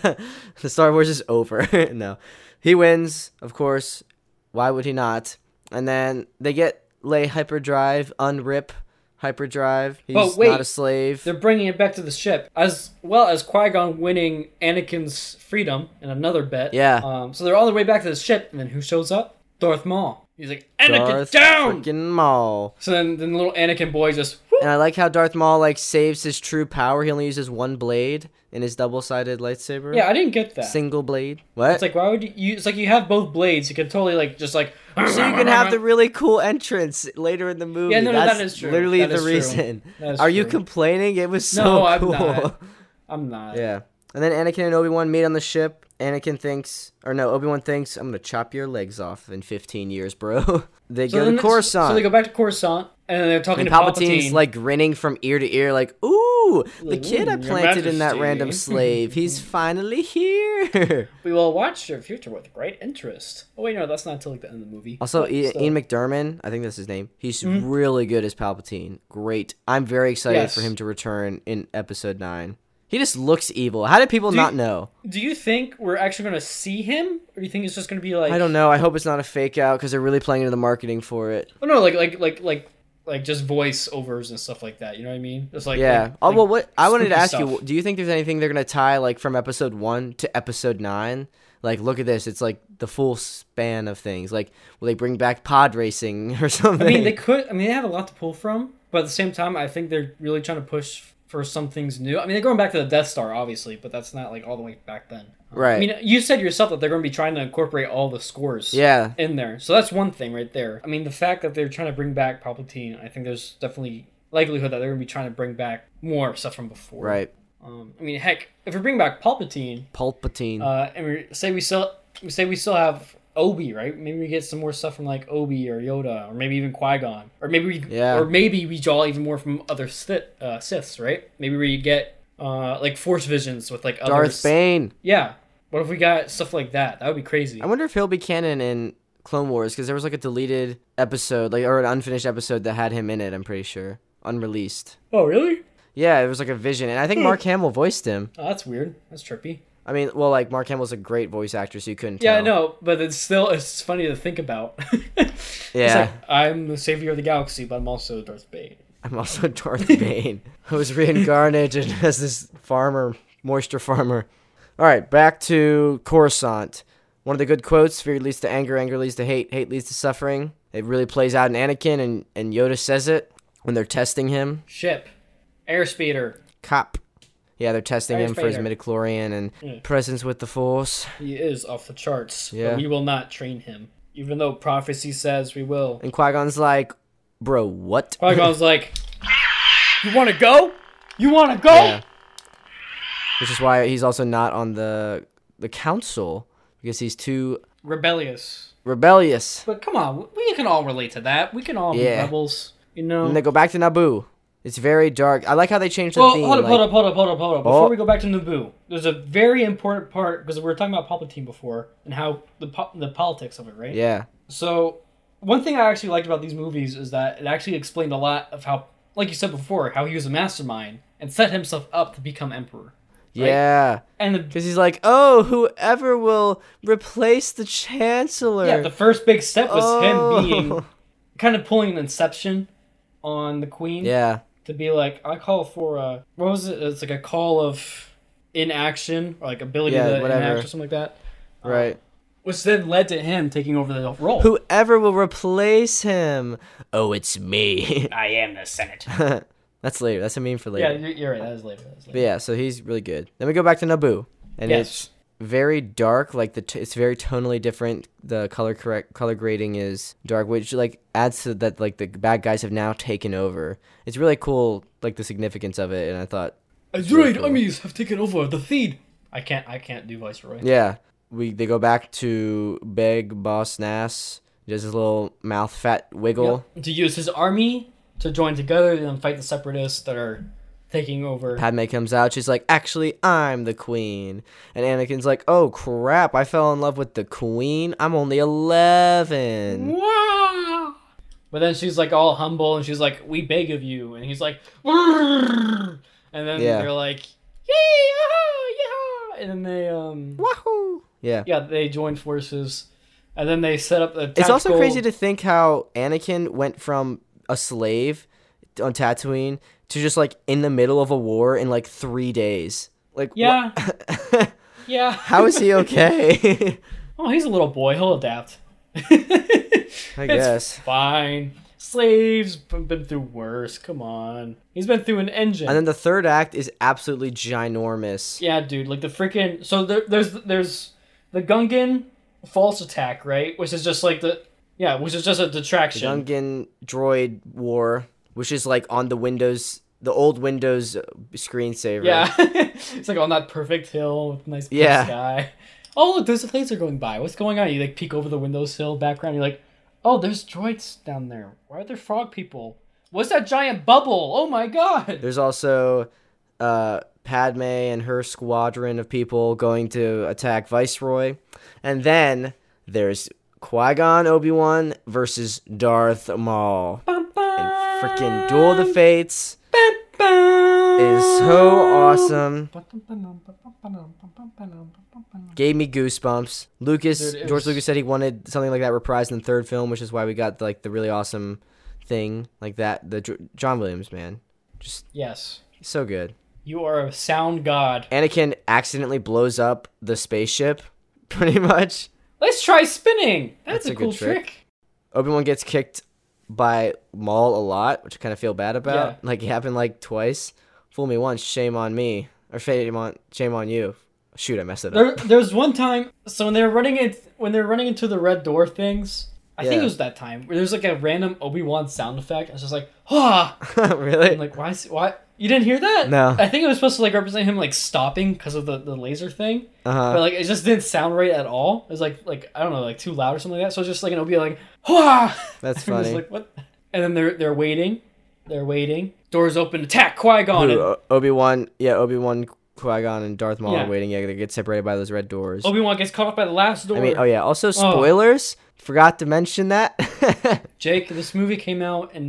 [laughs] ba. the Star Wars is over. [laughs] no. He wins, of course. Why would he not? And then they get lay hyperdrive, unrip hyperdrive. He's But wait, not a slave. They're bringing it back to the ship, as well as Qui Gon winning Anakin's freedom in another bet. Yeah. Um, so they're all the way back to the ship, and then who shows up? Darth Maul. He's like, Anakin Darth down. Freaking Maul. So then, then little Anakin boy just whoop, And I like how Darth Maul like saves his true power. He only uses one blade in his double-sided lightsaber. Yeah, I didn't get that. Single blade. What? It's like why would you? you- It's like you have both blades. You can totally like just like. [laughs] so you can have the really cool entrance later in the movie. Yeah, no, no, that That's is true. Literally That the is true. reason. [laughs] That is Are you true. complaining? It was so No, I'm cool. [laughs] not. [laughs] I'm not. Yeah. And then Anakin and Obi Wan meet on the ship. Anakin thinks, or no, Obi Wan thinks, I'm gonna chop your legs off in 15 years, bro. [laughs] they So go then to it's- Coruscant. So they go back to Coruscant, and they're talking and to Palpatine's Palpatine. like grinning from ear to ear, like, "Ooh, the Like, kid I "Ooh, Your planted in that Majesty." [laughs] random slave. He's finally here." we will watch your future with great interest. Oh wait, no, that's not until like the end of the movie. Also, But I- still. Ian McDermott, I think that's his name. He's really good as Palpatine. Great. I'm very excited Mm-hmm. for Yes. him to return in Episode Nine. He just looks evil. How did people Do you- not know? do you think we're actually going to see him, or do you think it's just going to be like I don't know. I hope it's not a fake out because they're really playing into the marketing for it. Oh no, like like like like like just voice overs and stuff like that. You know what I mean? It's like yeah. like- oh like well, what I wanted to spooky ask you: stuff. Do you think there's anything they're gonna tie like from episode one to episode nine? Like, look at this. It's like the full span of things. Like, will they bring back pod racing [laughs] or something? I mean, they could. I mean, they have a lot to pull from, but at the same time, I think they're really trying to push for some things new. I mean, they're going back to the Death Star, obviously, but that's not like all the way back then. right. I mean, you said yourself that they're going to be trying to incorporate all the scores. yeah. in there. So that's one thing right there. I mean, the fact that they're trying to bring back Palpatine, I think there's definitely likelihood that they're going to be trying to bring back more stuff from before. Right. Um, I mean, heck, if we bring back Palpatine, Palpatine. uh, and we say we still we say we still have Obi, right? Maybe we get some more stuff from like Obi or Yoda, or maybe even Qui Gon, or maybe we, Yeah. or maybe we draw even more from other Sith, uh, Siths, right? Maybe we get uh, like Force visions with like other Darth Bane. Yeah. What if we got stuff like that? That would be crazy. I wonder if he'll be canon in Clone Wars because there was like a deleted episode, like or an unfinished episode that had him in it. I'm pretty sure, unreleased. Oh, really? Yeah, it was like a vision, and I Hmm. think Mark Hamill voiced him. Oh, that's weird. That's trippy. I mean, well, like Mark Hamill's a great voice actor, so you couldn't. Yeah, I tell. know, but it's still it's funny to think about. [laughs] It's Yeah. like, I'm the savior of the galaxy, but I'm also Darth Bane. I'm also [laughs] Darth Bane, who was reincarnated [laughs] as this farmer, moisture farmer. All right, back to Coruscant. One of the good quotes: "Fear leads to anger, anger leads to hate, hate leads to suffering." It really plays out in Anakin, and, and Yoda says it when they're testing him. Ship, airspeeder. Cop. Yeah, they're testing Darth him for his Vader. midichlorian and Yeah. presence with the Force. He is off the charts. Yeah. But we will not train him, even though prophecy says we will. And Qui-Gon's like, "Bro, what?" Qui Gon's [laughs] like, "You want to go? You want to go?" Yeah. Which is why he's also not on the the council because he's too Rebellious. rebellious. But come on, we can all relate to that. We can all Yeah. be rebels, you know. And they go back to Naboo. It's very dark. I like how they changed the Well, theme. hold up, like- hold up, hold up, hold up, hold up. Before Oh. we go back to Naboo, there's a very important part because we were talking about Palpatine before and how the po- the politics of it, right? Yeah, So, one thing I actually liked about these movies is that it actually explained a lot of how, like you said before, how he was a mastermind and set himself up to become emperor. yeah. And the, Because he's like, oh, whoever will replace the chancellor. yeah, the first big step was Oh. him being [laughs] kind of pulling an inception on the queen [laughs] Yeah. to be like, I call for a what was it? It's like a call of inaction or like ability Yeah, to whatever. enact or something like that. Right. which then led to him taking over the role. Whoever will replace him. Oh, [laughs] it's me. [laughs] I am the Senate. That's later. That's a meme for yeah, later. you're, you're right. That was later. That was But later. yeah, so he's really good. Then we go back to Naboo, and it's Yes. very dark. Like the t- it's very tonally different. The color correct color grading is dark, which like adds to that. Like the bad guys have now taken over. It's really cool. Like the significance of it, and I thought, Android armies have taken over the feed. I can't. I can't do Viceroy. yeah, we they go back to Beg Boss Nass. He does his little mouth fat wiggle. To use his army to join together and fight the separatists that are taking over. Padme comes out. She's like, actually, I'm the queen. And Anakin's like, oh crap, I fell in love with the queen. I'm only eleven. Wow. But then she's like all humble and she's like, "We beg of you," and he's like, "Brrr." and then Yeah. they're like, "Yeah, yeah," and then they um, Wahoo! Yeah. yeah, they join forces, and then they set up the. It's also tactical- crazy to think how Anakin went from a slave on Tatooine to just like in the middle of a war in like three days. Like, wha- Yeah, yeah. [laughs] how [laughs] is he okay? Oh, he's a little boy. He'll adapt. I It's guess. Fine. It's slaves been been through worse. Come on, he's been through an engine. And then the third act is absolutely ginormous. yeah, dude, like the freaking so there, there's there's the Gungan false attack, right? Which is just like the yeah, which is just a detraction. Dungan droid war, which is like on the Windows, the old Windows uh, screensaver. Yeah, [laughs] it's like on that perfect hill with nice blue Yeah. sky. Oh, look, there's a laser going by. What's going on? You like peek over the windowsill background. You're like, oh, there's droids down there. Why are there frog people? What's that giant bubble? Oh my god! There's also uh, Padme and her squadron of people going to attack Viceroy. And then there's Qui Gon Obi Wan versus Darth Maul. Freaking Duel of the Fates is so awesome. Gave me goosebumps. Lucas, Dude, it George was- Lucas said he wanted something like that reprised in the third film, which is why we got like the really awesome thing like that. The Dr- John Williams man, just Yes, so good. you are a sound god. Anakin accidentally blows up the spaceship, [laughs] pretty much. Let's try spinning. That's, That's a, a good cool trick. trick. Obi Wan gets kicked by Maul a lot, which I kind of feel bad about. Yeah. Like it happened like twice. Fool me once, shame on me, or shame on shame on you. Shoot, I messed it up. There, there's one time. So when they were running it, when they were running into the red door things, I think Yeah. it was that time where there's like a random Obi Wan sound effect. I was just like, ah, [laughs] really? I'm [laughs] like, why? Is, why? You didn't hear that? No. I think it was supposed to like represent him like stopping because of the, the laser thing, Uh but huh. like it just didn't sound right at all. It was like like I don't know like too loud or something like that. So it's just like an Obi like, [laughs] ah. That's I'm [laughs] just funny. like, what? And then they're they're waiting, they're waiting. Doors open. Attack Qui Gon. Obi Wan, yeah, Obi Wan, Qui Gon, and Darth Maul Yeah. are waiting. Yeah, they get separated by those red doors. Obi Wan gets caught up by the last door. I mean, oh yeah. Also, spoilers. Forgot to mention that. [laughs] Jake, this movie came out in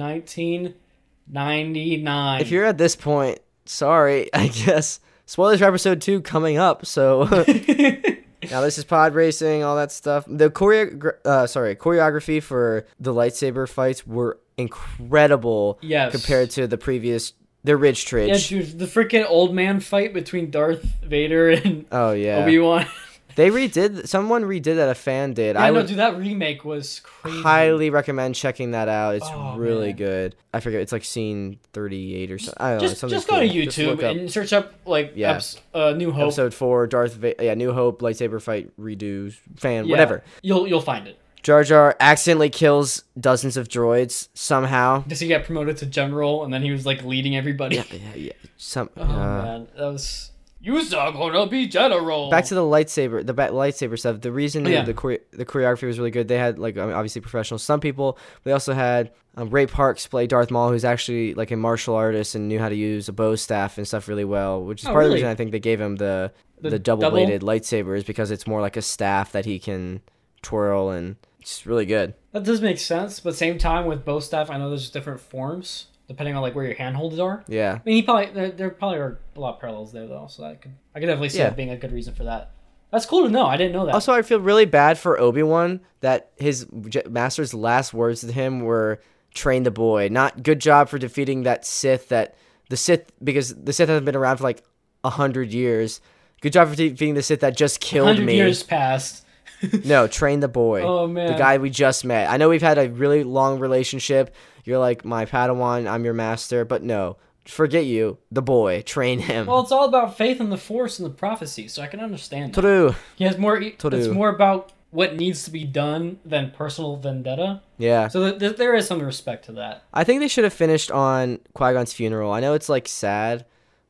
1999. if you're at this point, sorry, [laughs] I guess. Spoilers for episode two coming up. [laughs] So. Now this is pod racing, all that stuff. The choreo- uh, sorry, choreography for the lightsaber fights were incredible [laughs] yes. compared to the previous the Ridge yeah, Tridge. dude, the freaking old man fight between Darth Vader and oh yeah, Obi Wan. [laughs] they redid. Someone redid that. A fan did. I I know, would dude, that remake was crazy. highly recommend checking that out. It's Oh, really man. good. good. I forget. It's like scene thirty eight or something. I don't Just, know. something just go to cool. Just YouTube look up and search up like Yeah. eps- uh, New Hope. episode four. Darth Va- yeah, New Hope lightsaber fight redos fan Yeah. whatever. You'll you'll find it. Jar Jar accidentally kills dozens of droids somehow. Does he get promoted to general and then he was like leading everybody? yeah, yeah, yeah. Some. [laughs] Oh uh, man, that was. You're gonna be general. back to the lightsaber, the ba- lightsaber stuff. The reason Oh, Yeah. that the chore- the choreography was really good, they had like I mean, obviously professionals. Some people, they also had um, Ray Parks play Darth Maul, who's actually like a martial artist and knew how to use a bow staff and stuff really well, which is Oh, part of the really? reason I think they gave him the The the, double? double bladed lightsaber is because it's more like a staff that he can twirl and it's really good. That does make sense, but same time with bow staff, I know there's different forms depending on like where your handholds are. Yeah, I mean, he probably there, there probably are a lot of parallels there though, so that could I could definitely see Yeah. that being a good reason for that. That's cool to know. I didn't know that. Also, I feel really bad for Obi Wan that his j- master's last words to him were "train the boy." Not good job for defeating that Sith. That the Sith because the Sith hasn't been around for like a hundred years. Good job for defeating the Sith that just killed Hundred me. years passed. [laughs] No, train the boy. Oh, man. the guy we just met. I know we've had a really long relationship. You're like my Padawan. I'm your master. But no, forget you. The boy, train him. Well, it's all about faith in the Force and the prophecy, so I can understand. That. True. He has more. e- It's Toru. more about what needs to be done than personal vendetta. Yeah. So th- th- there is some respect to that. I think they should have finished on Qui Gon's funeral. I know it's like sad,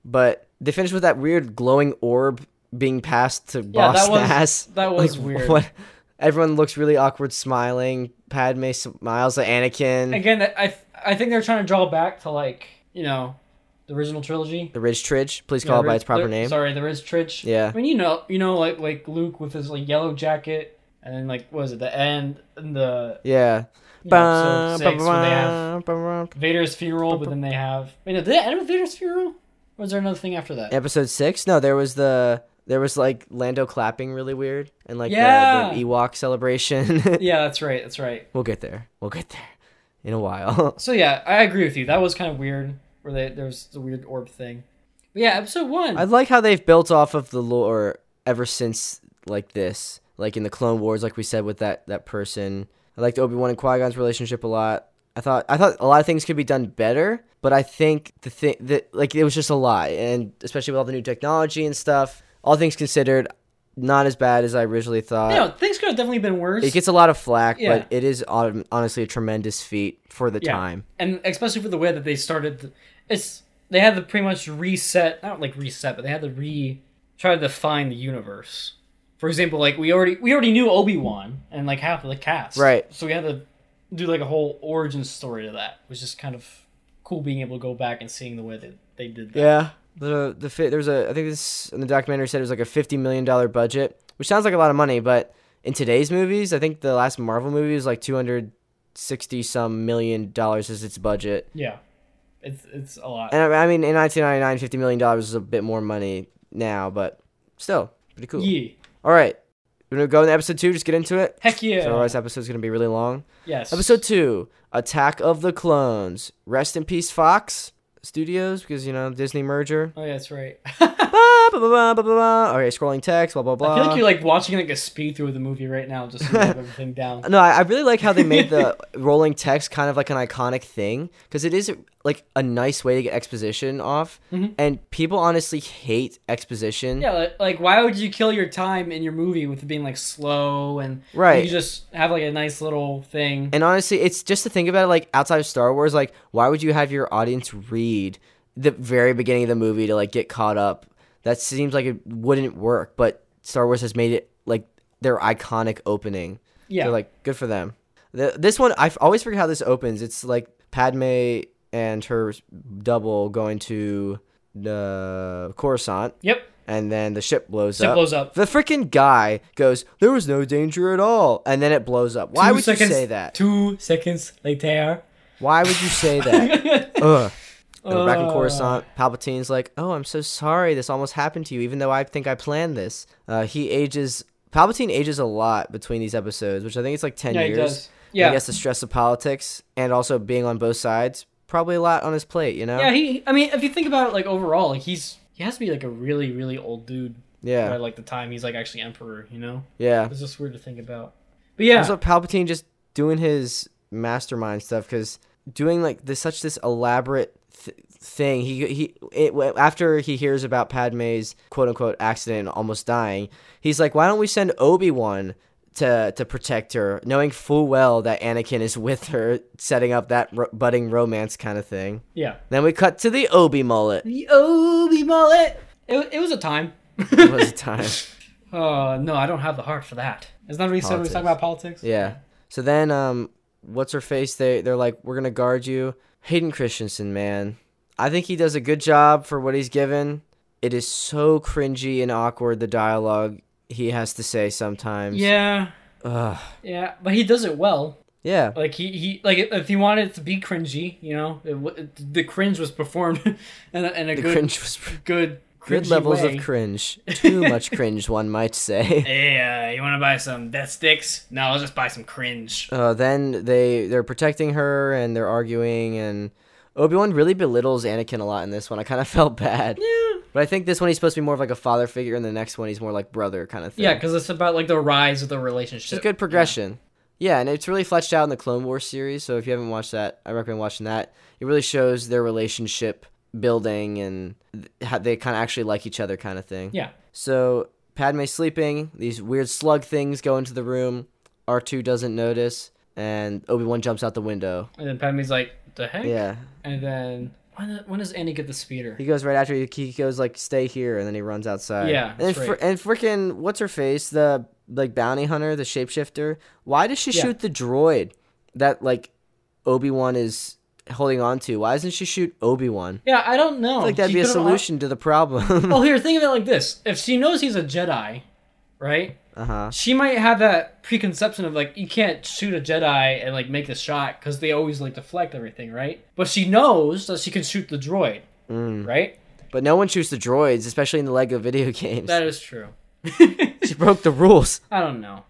but they finished with that weird glowing orb being passed to Yeah, Boss that was Nass. that was weird. Everyone looks really awkward, smiling. Padme smiles at Anakin. Again, I th- I think they're trying to draw back to like you know the original trilogy. the Ridge Tridge, please call Yeah, it by there- its proper there- name. Sorry, there is Tritch. Yeah. I mean, you know, you know, like like Luke with his like yellow jacket, and then like what is it the end and the Yeah. you know, episode six when they have Ba- ba- ba- Vader's funeral, but then they have wait no did it end with Vader's funeral? Or was there another thing after that? Episode six? No, there was the there was like Lando clapping really weird and like the- Yeah. the, Ewok celebration. [laughs] Yeah, that's right, that's right. we'll get there. We'll get there in a while. [laughs] So yeah, I agree with you. That was kind of weird, where they, there was the weird orb thing. But yeah, episode one. I like how they've built off of the lore ever since like this, like in the Clone Wars, like we said with that that person. I liked Obi Wan and Qui Gon's relationship a lot. I thought I thought a lot of things could be done better, but I think the thing that like it was just a lie, and especially with all the new technology and stuff. All things considered, not as bad as I originally thought. you know, things could have definitely been worse. It gets a lot of flack, Yeah. but it is hon- honestly a tremendous feat for the Yeah. time. and especially for the way that they started the, it's they had to pretty much reset not like reset but they had to re try to define the universe for example like we already we already knew obi-wan and like half of the cast Right. so we had to do like a whole origin story to that which is kind of cool being able to go back and seeing the way that they did that Yeah. The the fi- there was a I think this in the documentary said it was like a fifty million dollar budget, which sounds like a lot of money, but in today's movies, I think the last Marvel movie was like two hundred sixty some million dollars is its budget. yeah it's it's a lot And I I mean, in 1999, 50 million dollars is a bit more money now, but still pretty cool. yeah All right, we're gonna go into episode two. Just get into it. heck yeah Otherwise, episode's gonna be really long. yes Episode two: Attack of the Clones. Rest in peace, Fox Studios, because you know Disney merger. oh yeah that's right [laughs] Ba, ba, ba, ba, ba, ba, ba. Okay, scrolling text. Blah blah blah. i feel like you're like watching like a speed through of the movie right now just to [laughs] have everything down No, I, I really like how they [laughs] made the rolling text kind of like an iconic thing because it is like a nice way to get exposition off. And people honestly hate exposition. Mm-hmm. Yeah, like, like why would you kill your time in your movie with it being like slow and Right. You just have like a nice little thing. And honestly, it's just to think about it like outside of Star Wars, like why would you have your audience read the very beginning of the movie to like get caught up? That seems like it wouldn't work, but Star Wars has made it like their iconic opening. yeah, So like good for them. The, this one I f- always forget how this opens. It's like Padme and her double going to uh, Coruscant, yep, and then the ship blows Ship up. blows up. The freaking guy goes, "There was no danger at all," and then it blows up. Why Two would seconds- you say that? Two seconds later, Why would you say that? [laughs] Ugh. And we're back in Uh. Coruscant. Palpatine's like, "Oh, I'm so sorry. This almost happened to you, even though I think I planned this." Uh, he ages. Palpatine ages a lot between these episodes, which I think it's like ten Yeah, he years. does. And Yeah. I guess the stress of politics and also being on both sides probably a lot on his plate. You know. yeah, he. I mean, if you think about it, like overall, like he's he has to be like a really really old dude Yeah. by like the time he's like actually emperor. You know, yeah. it's just weird to think about. But yeah, Also, Palpatine just doing his mastermind stuff because doing like this such this elaborate th- thing. He he it, after he hears about Padme's quote unquote accident and almost dying, he's like, why don't we send Obi Wan to to protect her, knowing full well that Anakin is with her, setting up that ro- budding romance kind of thing. yeah, Then we cut to the [laughs] Obi mullet. the Obi mullet. It, it was a time. It was a time. Uh, no, I don't have the heart for that. It's not really something we Politics. talk about politics. Yeah. So then, um, what's her face? They they're like, we're gonna guard you. Hayden Christensen, man, I think he does a good job for what he's given. It is so cringy and awkward the dialogue he has to say sometimes. Yeah, Ugh. yeah, but he does it well. Yeah. Like he, he like if he wanted it to be cringy, you know, it, w- it- the cringe was performed [laughs] in a, in a The good, cringe was good, good cringy levels way. of cringe. Too much cringe, one [laughs] might say. Hey, uh, you want to buy some death sticks? No, I'll just buy some cringe. Uh, then they they're protecting her and they're arguing and Obi Wan really belittles Anakin a lot in this one. I kind of [laughs] felt bad. Yeah, But I think this one he's supposed to be more of like a father figure, and the next one he's more like brother kind of thing. yeah, because it's about like the rise of the it's relationship. good progression. Yeah. and it's really fleshed out in the Clone Wars series. So if you haven't watched that, I recommend watching that. It really shows their relationship building and th- how they kind of actually like each other, kind of thing. Yeah, So Padme's sleeping. These weird slug things go into the room. R two doesn't notice, and Obi Wan jumps out the window. and then Padme's like, "The heck?" Yeah, and then when when does Annie get the speeder? He goes right after you. He goes like, "Stay here," and then he runs outside. Yeah, and then that's fr- right. and freaking what's her face, the like bounty hunter, the shapeshifter. Why does she Yeah. shoot the droid that like Obi Wan is holding on to? Why doesn't she shoot Obi Wan? Yeah, I don't know. Like that'd Oh, She be a could've- solution to the problem. [laughs] [laughs] Oh, here, think of it like this: if she knows he's a Jedi, right? uh huh. she might have that preconception of like you can't shoot a jedi and like make the shot because they always like deflect everything right but she knows that she can shoot the droid Mm-hmm. right Mm. But no one shoots the droids, especially in the Lego video [laughs] games. that is true she broke the rules. i don't know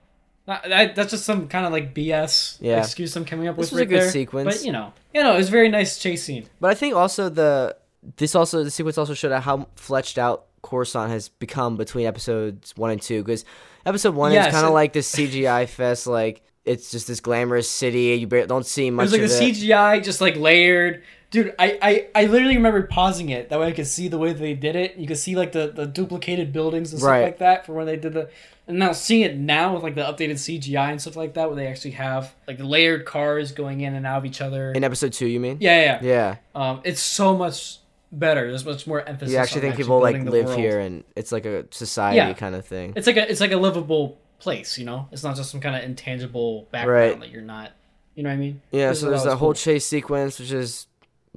That- that- that's just some kind of like bs Yeah. excuse i'm coming up with This was a right good there. sequence. but you know you know it was a very nice chase scene But I think also the this also the sequence also showed how fletched out Coruscant has become between episodes one and two because episode one Yes, is kind it- of like this CGI fest, like it's just this glamorous city. You bar- don't see It much was like the of it. CGI just like layered. Dude, I, I, I literally remember pausing it. That way I could see the way they did it. You could see like the, the duplicated buildings and stuff Right. like that for when they did the. And now seeing it now with like the updated CGI and stuff like that, where they actually have like the layered cars going in and out of each other. In episode two, you mean? yeah, yeah, yeah. Yeah. Um, it's so much better. There's much more emphasis. You actually on think people like building the live world. here and it's like a society Yeah. kind of thing. It's like a it's like a livable place. You know, it's not just some kind of intangible background Right. that you're not. You know what I mean? Yeah, This so is what there's I that was whole cool. chase sequence, which is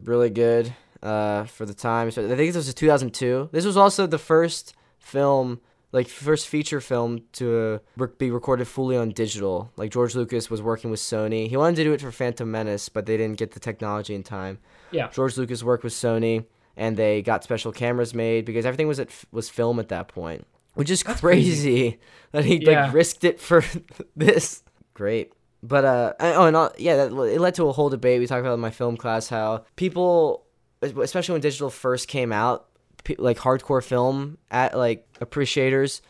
really good uh, for the time. So I think this was 2002. This was also the first film, like first feature film, to re- be recorded fully on digital. Like George Lucas was working with Sony. He wanted to do it for Phantom Menace, but they didn't get the technology in time. Yeah. George Lucas worked with Sony, and they got special cameras made because everything was at f- was film at that point, which is crazy, that he Yeah. like risked it for [laughs] this. Great. But uh, I- oh, and all, yeah, that, it led to a whole debate. We talked about in my film class how people, especially when digital first came out, pe- like hardcore film at like appreciators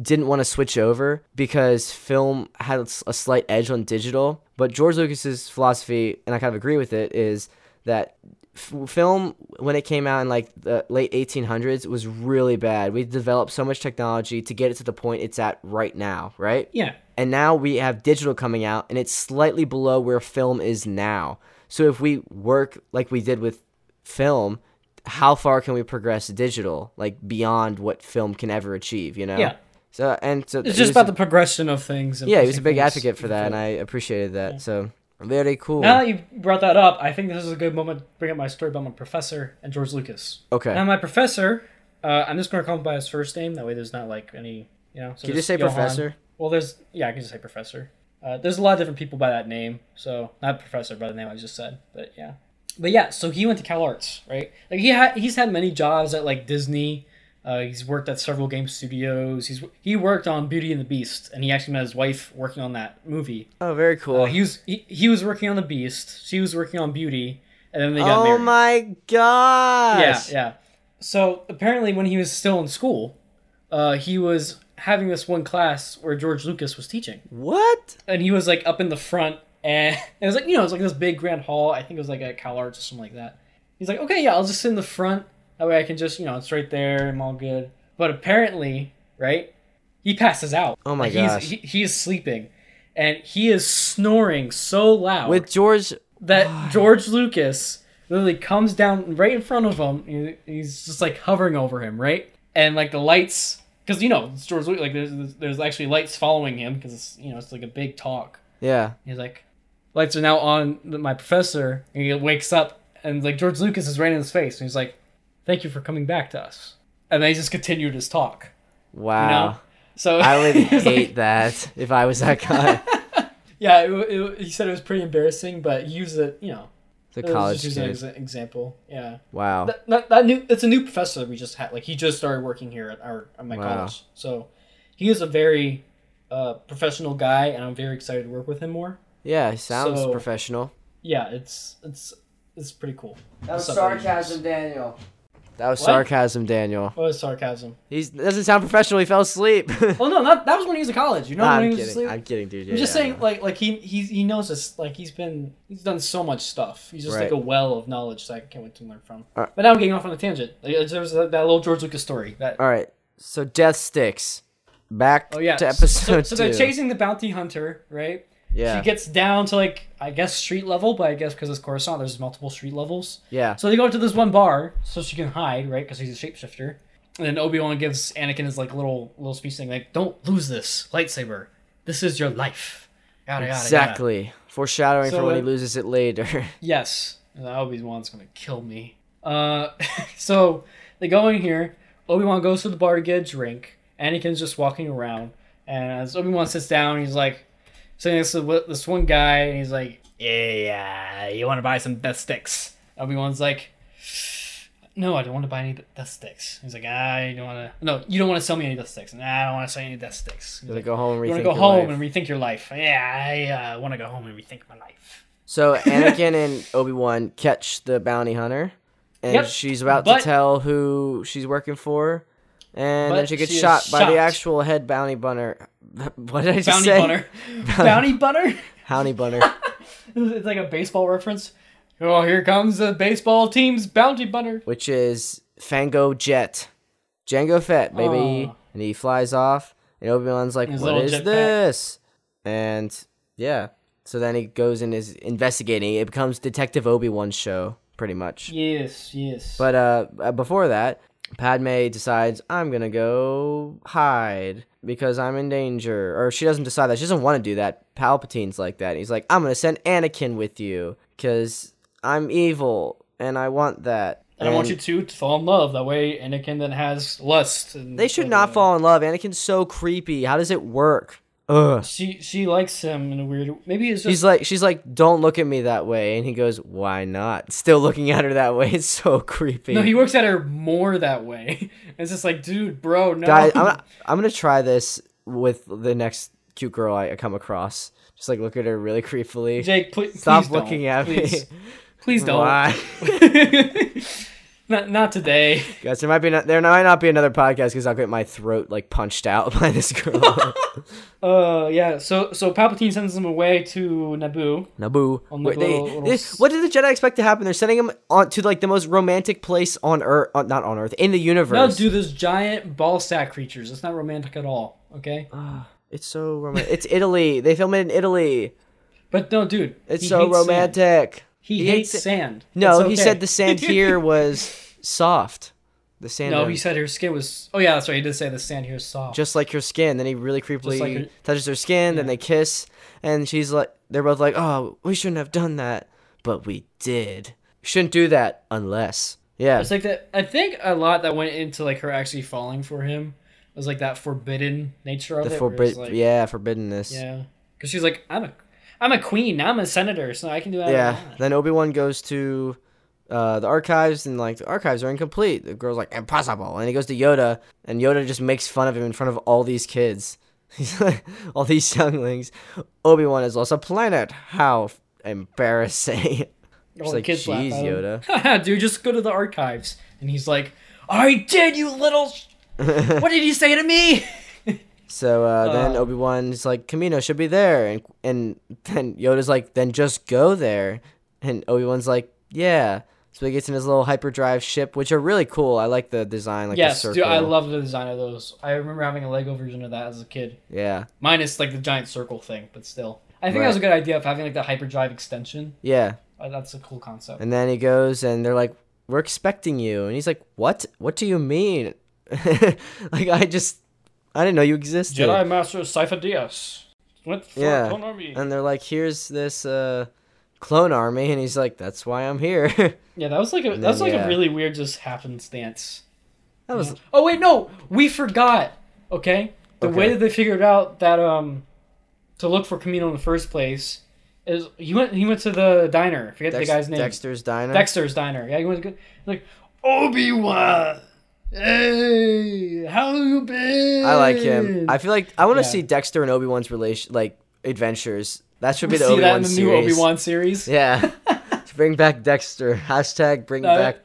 didn't want to switch over because film had a s- a slight edge on digital. But George Lucas's philosophy, and I kind of agree with it, is that f- film when it came out in like the late 1800s was really bad. We developed so much technology to get it to the point it's at right now, right? Yeah. and now we have digital coming out and it's slightly below where film is now so if we work like we did with film how far can we progress digital like beyond what film can ever achieve you know Yeah. so and so It's just about the progression of things. and yeah he was a pushing big things advocate for that and i appreciated that so very cool Now that you brought that up, I think this is a good moment to bring up my story about my professor and George Lucas. okay Now, my professor, uh, I'm just going to call him by his first name. That way, there's not like any, you know. So Can you there's just say Johann. professor? Well, there's yeah, I can just say professor. Uh, there's a lot of different people by that name, so not professor by the name I just said, but yeah. But yeah, so he went to Cal Arts, right? Like he had, he's had many jobs at like Disney. Uh, he's worked at several game studios. He's he worked on Beauty and the Beast, and he actually met his wife working on that movie. oh very cool Uh, he was he, he was working on the Beast. She was working on Beauty, and then they got oh married. my gosh Yeah, yeah. So apparently, when he was still in school, uh, he was having this one class where George Lucas was teaching, what and he was like up in the front, and [laughs] it was like you know, it was like this big grand hall. I think it was like at Cal Arts or something like that. He's like, okay, yeah, I'll just sit in the front. That way, I can just you know, it's right there. I'm all good. But apparently, right, he passes out. Oh my Like, gosh. He's, he, he is sleeping, and he is snoring so loud with george that George Lucas literally comes down right in front of him. and He's just like hovering over him, right? And like the lights, because you know it's George Lucas. Like there's there's actually lights following him because it's you know it's like a big talk. yeah He's like, lights are now on th- my professor, and he wakes up and like George Lucas is right in his face, and he's like, "Thank you for coming back to us." And then he just continued his talk. You wow know? So [laughs] i would he was like- hate that if i was that guy yeah, it, wa- it, wa- he said it was pretty embarrassing, but he used it. You know, the it was college Oh. just using it kid as an example. Yeah. wow that, that, that new that's a new professor that we just had like he just started working here at our at my Wow. college so he is a very uh, professional guy and i'm very excited to work with him more Yeah, it sounds So- professional. yeah it's it's it's pretty cool That was sarcasm, Daniel. That was What? sarcasm, Daniel. what was sarcasm He doesn't sound professional. He fell asleep. [laughs] oh no not, that was when he was in college you know when I'm he was kidding. asleep? I'm kidding, dude. I'm just saying, like, like he he's, he knows this. Like, he's been he's done so much stuff. He's just like Right. a well of knowledge that I can't wait to learn from. Uh, but now I'm getting off on a tangent. Like, there was that, that little George Lucas story. That All right. So death sticks. Back oh yeah, to So- episode so, so two. they're chasing the bounty hunter, right? yeah. She gets down to like I guess street level, but I guess because it's Coruscant, there's multiple street levels. yeah. So they go to this one bar so she can hide, right? Because he's a shapeshifter. And then Obi Wan gives Anakin his like little little speech thing, like "Don't lose this lightsaber. This is your life." Yada, yada, yada. Exactly. Foreshadowing for So, when he uh, loses it later. [laughs] Yes. Obi Wan's gonna kill me. Uh, [laughs] so they go in here. Obi Wan goes to the bar to get a drink. Anakin's just walking around, and as Obi Wan sits down, he's like sitting next to wh- this one guy, and he's like, "Yeah, you want to buy some death sticks?" Obi Wan's like, "No, I don't want to buy any death sticks." He's like, "I don't want to. No, you don't want to sell me any death sticks. Nah, I don't want to sell you any death sticks." He's Gonna like, go home and "You rethink want to go your home life. and rethink your life?" Yeah, I uh, want to go home and rethink my life. So Anakin and Obi Wan catch the bounty hunter, and Yep, she's about but- to tell who she's working for. And But then she gets she is shot, by shot. the actual head bounty bunner. [laughs] What did I just Bounty say? Bunner. [laughs] Bounty Bunner? [laughs] [laughs] Bounty bunner. It's like a baseball reference. Oh, here comes the baseball team's Bounty Bunner. which is Fango Jet. Django Fett, baby. Aw. And he flies off, and Obi-Wan's like, Oh. His what little is jetpack. this? And yeah. So then he goes and is investigating. It becomes Detective Obi-Wan's show, pretty much. Yes, yes. But uh, uh, before that, Padme decides I'm gonna go hide because I'm in danger. Or she doesn't decide that. She doesn't want to do that. Palpatine's like that. He's like, I'm gonna send Anakin with you because I'm evil and I want that. and I want you And two to fall in love. That way, Anakin then has lust. And They should not fall in love. Anakin's so creepy. How does it work? Ugh. She she likes him in a weird. Maybe it's just She's like, she's like, don't look at me that way. And he goes, why not? Still looking at her that way. [laughs] It's so creepy. no. He works at her more that way. [laughs] It's just like, dude, bro, no. Guys, I'm, gonna- I'm gonna try this with the next cute girl I come across. Just like look at her really creepily. [laughs] Jake, pl- Stop please don't. looking at Please. me. Please don't. [laughs] Why, [laughs] not not today. [laughs] guys? There might be not, there might not be another podcast because I'll get my throat like punched out [laughs] by [laughs] this girl. Uh, yeah. So so Palpatine sends them away to Naboo. Naboo. On the Wait, they- little- little they- s- what did the Jedi expect to happen? They're sending him on to like the most romantic place on Earth, on, not on Earth, in the No, universe. dude, those giant ball sack creatures. It's not romantic at all. Okay. [sighs] It's so romantic. it's Italy. They film it in Italy. But no, dude. It's he so hates sand. romantic. He, He hates, hates it. sand. No, It's he okay. said [laughs] the sand here was soft. The sand. no, on- he said her skin was. Oh yeah, that's right. He did say the sand here is soft. just like her skin. Then he really creepily like her- touches her skin. Then they kiss, and she's like, they're both like, "Oh, we shouldn't have done that, but we did. We shouldn't do that unless." Yeah, It's like that. I think a lot that went into like her actually falling for him was like that forbidden nature of the it. where it's forbid. like, yeah, forbiddenness. Yeah. yeah. Because she's like, I'm a, I'm a queen. I'm a senator, so I can do that. Then Obi Wan goes to. Uh, the archives and like the archives are incomplete. The girl's like impossible, and he goes to Yoda, and Yoda just makes fun of him in front of all these kids, [laughs] He's like, all these younglings. Obi Wan has lost a planet. How [laughs] embarrassing! All the She's like, kids laugh "Jeez, at him." Yoda." Haha, [laughs] dude, just go to the archives. And he's like, I did, you little. [laughs] Sh- what did you say to me? So uh, then Uh, Obi Wan's like, Camino should be there, and and then Yoda's like, then just go there, and Obi Wan's like, yeah. So he gets in his little hyperdrive ship, which are really cool. I like the design, like the yes, circle. dude, I love the design of those. I remember having a Lego version of that as a kid, Yeah, minus like the giant circle thing, but still. I think Right. that was a good idea of having like the hyperdrive extension. yeah. Uh, that's a cool concept. And then he goes, and they're like, we're expecting you, and he's like, what? What do you mean? [laughs] like I just, I didn't know you existed. Jedi Master Cypher Diaz. Went for Yeah. Clone Army. And they're like, here's this uh, clone army, and he's like, that's why I'm here. [laughs] yeah, that was like a that's then, like yeah. a really weird just happenstance. that was Oh wait, no, we forgot. Okay, the way Okay. that they figured out that um to look for Camino in the first place is he went he went to the diner. I forget Dex- the guy's name. Dexter's diner. Dexter's diner. Yeah, he went to go, like Obi Wan. Hey, how you been? I like him. I feel like I want to Yeah. see Dexter and Obi Wan's relation, like adventures. That should be the see Obi that in Wan the series. new Obi Wan series. Yeah. [laughs] bring back Dexter. Hashtag bring That- back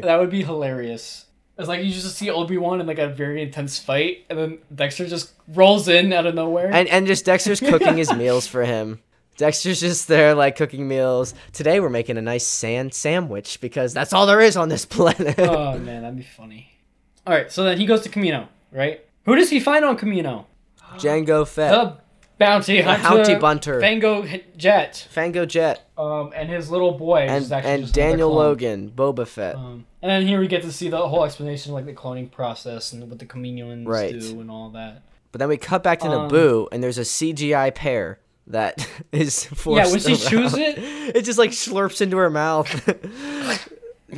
[laughs] [laughs] That would be hilarious. It's like you just see Obi Wan in like a very intense fight, and then Dexter just rolls in out of nowhere. And and just Dexter's cooking his meals for him. Dexter's just there like cooking meals. Today we're making a nice sand sandwich because that's all there is on this [laughs] planet. oh man, that'd be funny. All right, so then he goes to Camino, right? Who does he find on Camino? Django Fett. The bounty hunter, bounty bunter. Fango H- Jet, Fango Jet um, and his little boy, which and, is actually and just another Daniel clone. Logan, Boba Fett. Um, and then here we get to see the whole explanation, like the cloning process and what the Caminoans Right. do and all that. but then we cut back to um, Naboo and there's a CGI pear that [laughs] is forced. yeah, when she around. chews it, [laughs] it just like slurps into her mouth. [laughs]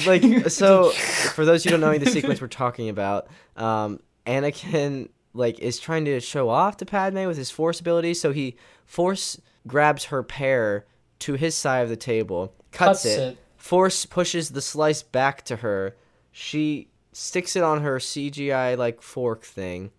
like so, for those who [laughs] don't know the sequence we're talking about, um, Anakin like is trying to show off to Padme with his force ability, so he force grabs her pear to his side of the table, cuts, Cuts it, it. force pushes the slice back to her. She sticks it on her CGI like fork thing,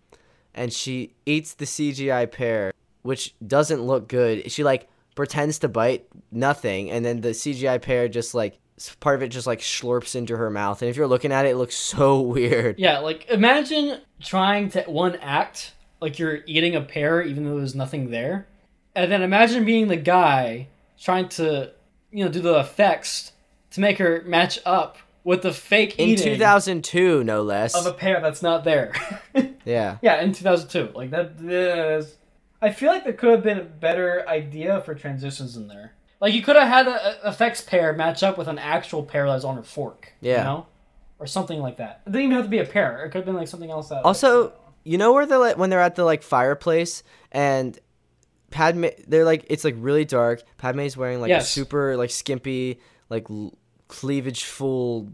and she eats the CGI pear which doesn't look good. She like pretends to bite nothing, and then the CGI pair just like s- part of it just like slurps into her mouth, and if you're looking at it, it looks so [laughs] weird. Yeah, like imagine trying to one act like you're eating a pear even though there's nothing there. And then imagine being the guy trying to, you know, do the effects to make her match up with the fake In eating 2002, no less. of a pear that's not there. [laughs] yeah, yeah, in 2002. Like that is I feel like there could have been a better idea for transitions in there. Like you could have had a, a effects pair match up with an actual pair that was on her fork. Yeah. You know? Or something like that. It didn't even have to be a pair. It could have been like something else that Also, you know where they're like when they're at the like fireplace and Padme, they're like it's like really dark. Padme's wearing like a Yes. super like skimpy like l- cleavage full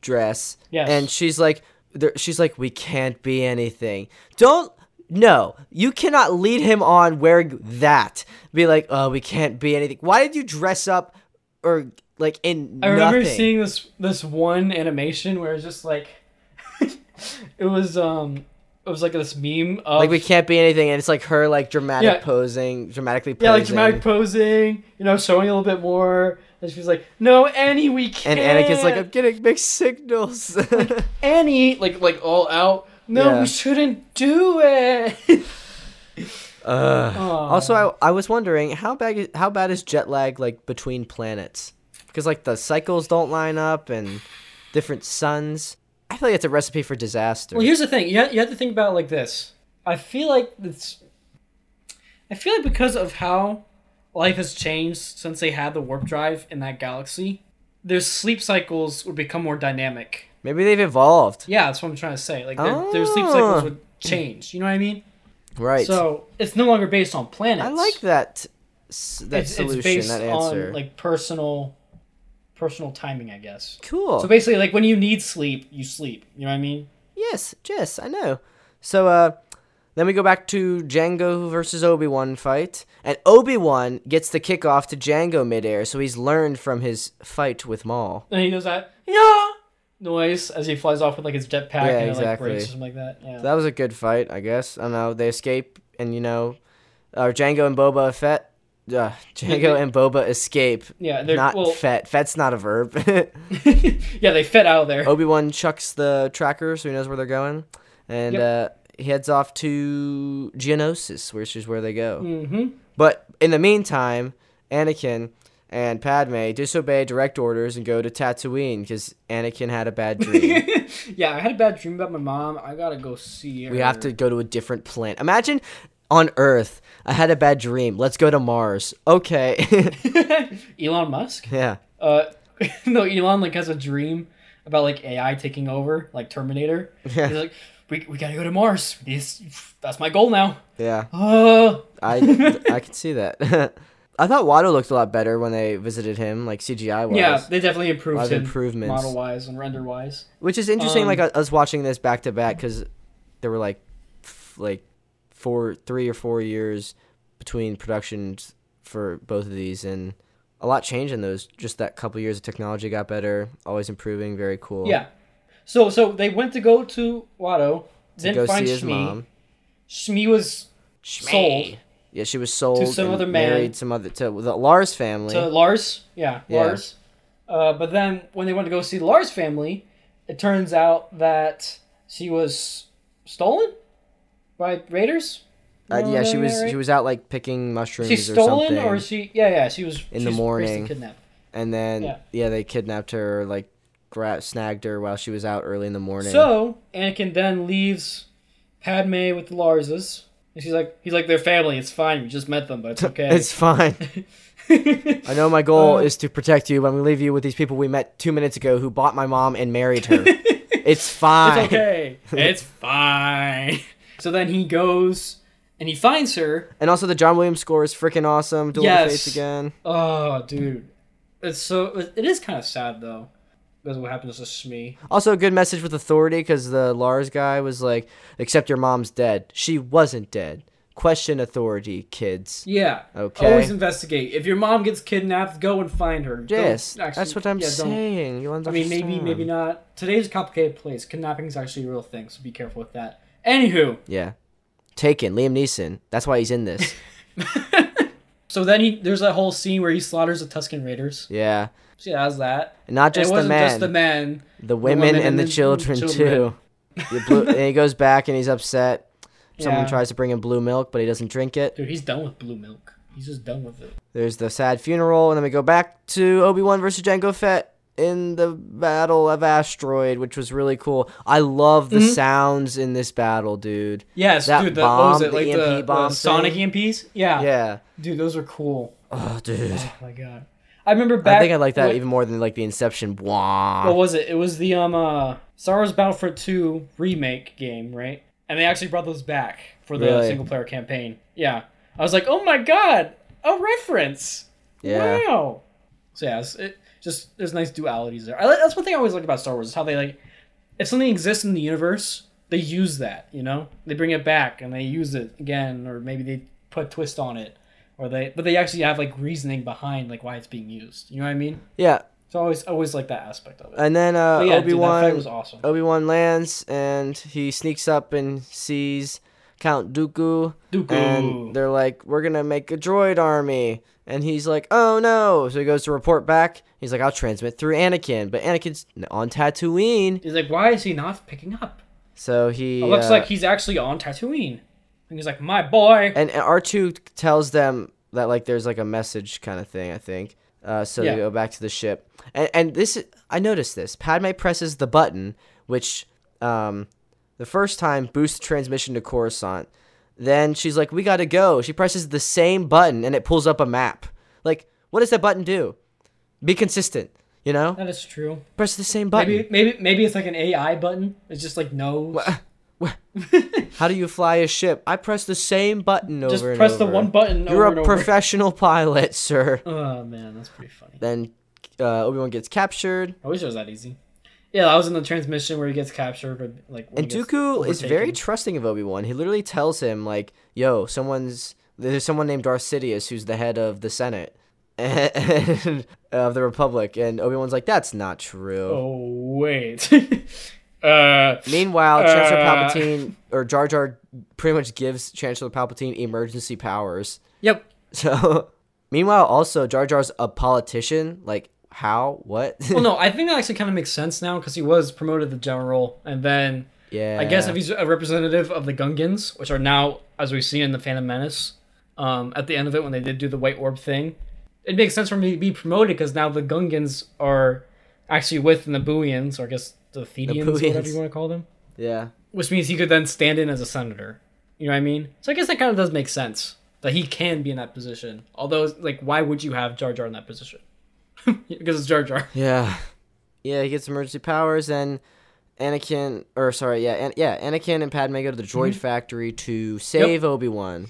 dress, Yes. and she's like, there- she's like, we can't be anything. Don't. No, you cannot lead him on wearing that. Be like, oh, we can't be anything. Why did you dress up, or like in I remember nothing? seeing this this one animation where it's just like [laughs] it was um it was like this meme of like we can't be anything, and it's like her like dramatic Yeah. posing, dramatically posing. yeah like dramatic posing you know showing a little bit more and she's like no Annie we And can't Anakin's like, I'm getting mixed signals. [laughs] Annie like like all out no Yeah. we shouldn't do it [laughs] oh. also, I, I was wondering how bad is, how bad is jet lag like between planets? Because like the cycles don't line up and different suns. I feel like it's a recipe for disaster. Well, here's the thing. You have, you have to think about it like this. I feel like it's. I feel like because of how life has changed since they had the warp drive in that galaxy, their sleep cycles would become more dynamic. Maybe they've evolved. Yeah, that's what I'm trying to say. Like their, their sleep cycles Ah. would change. You know what I mean? Right. So it's no longer based on planets. I like that s- that it's, solution, it's based that answer. on like personal, personal timing, I guess. cool. So basically, like when you need sleep, you sleep. You know what I mean? yes, Jess, I know. So uh then we go back to Django versus Obi-Wan fight, and Obi-Wan gets the kickoff to Django midair, so he's learned from his fight with Maul. And he does that yeah noise as he flies off with like his jetpack and it, like exactly. breaks or something like that. Yeah. That was a good fight, I guess. I don't know. They escape, and you know, uh, Django and Boba Fett. Uh, Django and Boba escape. yeah, they're Not well, [laughs] Fett. Fett's not a verb. [laughs] [laughs] yeah, they fit out of there. Obi Wan chucks the tracker so he knows where they're going, and uh, he heads off to Geonosis, which is where they go. hmm But in the meantime, Anakin and Padme disobey direct orders and go to Tatooine because Anakin had a bad dream. [laughs] yeah, I had a bad dream about my mom. I gotta go see her. We have to go to a different planet. Imagine on Earth. I had a bad dream. Let's go to Mars. Okay. [laughs] [laughs] Elon Musk. yeah. Uh, [laughs] no, Elon like has a dream about like AI taking over, like Terminator. Yeah. He's like, we, we gotta go to Mars. This that's my goal now. Yeah. Uh, I I can see that. [laughs] I thought Watto looked a lot better when they visited him, like CGI wise. yeah, they definitely A lot improved of him improvements. model wise and render wise. Which is interesting. Um, like us watching this back to back because there were like f- like four, three or four years between productions for both of these, and a lot changed in those. Just that couple years of technology got better, always improving. Very cool. Yeah. So so they went to go to Watto, To didn't go find see his Shmi. mom. Shmi was sold Yeah, she was sold To some and other man. married some other to the Lars family. to Lars. Yeah, Yeah. Lars. Uh, but then when they went to go see Lars' family, it turns out that she was stolen by raiders. uh, No, yeah, no, she no, was right? she was out like picking mushrooms She's or stolen, something, or she? Yeah, yeah. She was In she the was morning. Basically kidnapped. and then yeah. Yeah. they kidnapped her, or, like grabbed, snagged her while she was out early in the morning. So Anakin then leaves Padme with the Larses, and she's like, he's like, they're family. It's fine. We just met them, [laughs] but it's okay. Uh. it's fine. I know [laughs] my goal is to protect you, but I'm gonna leave you with these people we met two minutes ago who bought my mom and [laughs] married her. it's fine. It's okay. [laughs] it's fine. So then he goes and he finds her. And also the John Williams score is freaking awesome. Duel of the Fates Yes. again. Oh, dude. It's so. It is kind of sad, though. Because what happens to Shmi. Also, a good message with authority because the Lars guy was like, "Except your mom's dead. She wasn't dead. Question authority, kids." Yeah. Okay. Always investigate. If your mom gets kidnapped, go and find her. Don't Yes, actually- that's what I'm yeah, don't- saying. You I mean, maybe, maybe not. Today's a complicated place. Kidnapping is actually a real thing, so be careful with that. Anywho, [laughs] Yeah, Taken, Liam Neeson. That's why he's in this. so then he there's that whole scene where he slaughters the Tuscan Raiders. yeah, So yeah, how's that? And not just it the wasn't men, just the men. the, women and the children, [laughs] too. He blew- and he goes back and he's upset. Someone Yeah. tries to bring him blue milk, but he doesn't drink it. Dude, he's done with blue milk. He's just done with it. There's the sad funeral, and then we go back to Obi Wan versus Jango Fett in the battle of asteroid, which was really cool. I love the Mm-hmm. sounds in this battle, dude. Yes, That dude. The, what was bomb, it? the Like the, EMP the bomb thing? Sonic EMPs. Yeah. Yeah. Dude, those are cool. Oh, dude. Oh my god. I remember back. I think I like that what- even more than like the Inception. Wah. What was it? It was the um uh Star Wars Battlefront 2 remake game, right? And they actually brought those back for the Really? single player campaign. Yeah. I was like, "Oh my god, a reference." yeah. Wow. So yeah, it's, it just there's nice dualities there. I, like- that's one thing I always like about Star Wars is how they like if something exists in the universe, they use that. You know, they bring it back and they use it again, or maybe they put a twist on it, or they but they actually have like reasoning behind like why it's being used. You know what I mean? Yeah. So I always I always like that aspect of it. And then uh, But yeah, Obi dude, that fight was Wan awesome. Obi Wan lands, and he sneaks up and sees Count Dooku, Dooku. and they're like, "We're gonna make a droid army." And he's like, "Oh no!" So he goes to report back. He's like, "I'll transmit through Anakin," but Anakin's on Tatooine. He's like, why is he not picking up? So he It looks uh, like he's actually on Tatooine. And he's like, my boy. and R two tells them that like there's like a message kind of thing. I think. Uh, so Yeah. they go back to the ship, and and this I noticed this. Padme presses the button, which um, the first time boosts transmission to Coruscant. Then she's like, "We gotta go." She presses the same button, and it pulls up a map. Like, what does that button do? Be consistent, you know. That is true. Press the same button. Maybe maybe maybe it's like an AI button. It's just like no. How do you fly a ship? I press the same button over Just and press the over. one button You're over a and over. professional [laughs] pilot, sir. oh man, that's pretty funny. Then uh, Obi Wan gets captured, I wish it was that easy. Yeah, that was in the transmission where he gets captured, but like when and he gets Dooku is very overtaken. trusting of Obi Wan. He literally tells him like, "Yo, someone's there's someone named Darth Sidious who's the head of the Senate [laughs] and of the Republic," and Obi Wan's like, "That's not true." Oh wait. [laughs] uh, Meanwhile, Chancellor Uh. Palpatine or Jar Jar pretty much gives Chancellor Palpatine emergency powers. [laughs] yep. So, meanwhile, also Jar Jar's a politician. Like, how? What? [laughs] Well, no, I think that actually kind of makes sense now because he was promoted to general, and then yeah, I guess if he's a representative of the Gungans, which are now, as we've seen in the Phantom Menace, um, at the end of it when they did do the White Orb thing, it makes sense for him to be promoted because now the Gungans are actually with the Nabooians, or I guess the Thedians, or whatever Nabooians. you want to call them, yeah. which means he could then stand in as a senator. You know what I mean? So I guess that kind of does make sense that he can be in that position. Although, it's like, why would you have Jar Jar in that position? [laughs] because it's Jar Jar. Yeah. Yeah, he gets emergency powers and Anakin or sorry, yeah, An- yeah, Anakin and Padme go to the Mm-hmm. droid factory to save Obi-Wan.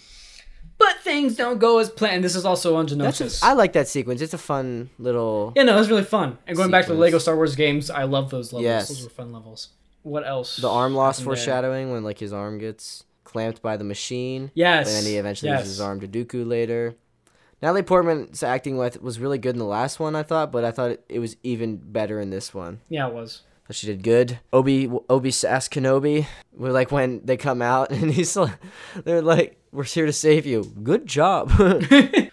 But things don't go as planned. This is also on Geonosis. That's a, I like that sequence. It's a fun little Yeah, no, it was really fun. And going back to the Sequence. Lego Star Wars games, I love those levels. Yes. Those were fun levels. What else? the arm loss happened there? foreshadowing when like his arm gets clamped by the machine. Yes. And then he eventually yes. loses his arm to Dooku later. Natalie Portman's acting with was really good in the last one, I thought, but I thought it, it was even better in this one. Yeah, it was. But she did good. Obi Obi Sass Kenobi. We're like when they come out [laughs] and he's like, they're like, we're here to save you. Good job. [laughs]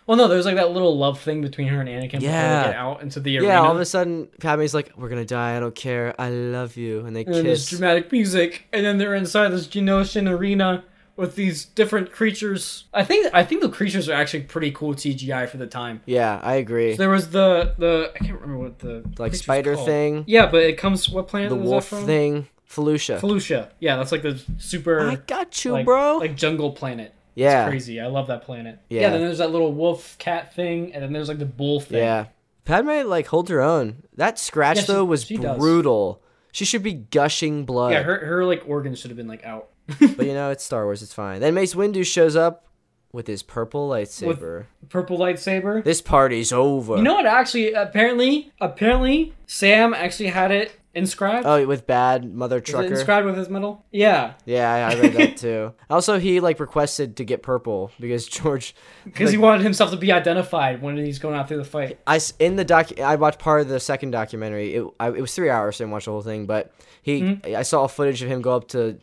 Well, no, there was like that little love thing between her and Anakin before Yeah. they get out into the arena. yeah. All of a sudden, Padme's like, we're gonna die. I don't care. I love you. And they and then there's kiss. dramatic music, and then they're inside this Geonosian arena with these different creatures. I think I think the creatures are actually pretty cool CGI for the time. yeah, I agree. There was the the I can't remember what the like creature's spider called. thing, Yeah, but it comes what planet? the was wolf that from? thing, Felucia. Felucia. Yeah, that's like the super. I got you, like, bro. Like jungle planet. yeah, It's crazy. I love that planet. Yeah. Yeah. Then there's that little wolf cat thing, and then there's like the bull thing. yeah. Padme like holds her own. That scratch Yeah, she- though was she does. brutal. She should be gushing blood. Yeah. Her, her like organs should have been like out. [laughs] But you know, it's Star Wars. It's fine. Then Mace Windu shows up with his purple lightsaber. Purple lightsaber. This party's over. You know what? Actually, apparently, apparently, Sam actually had it inscribed. oh, with bad mother Is it trucker. inscribed with his medal. Yeah, yeah, I, I read that too. [laughs] Also, he like requested to get purple because [laughs] George. because he like, wanted himself to be identified when he's going out through the fight. I s- in the doc. I watched part of the second documentary. It I, it was three hours, so I didn't watch the whole thing. But he, Mm-hmm. I saw footage of him go up to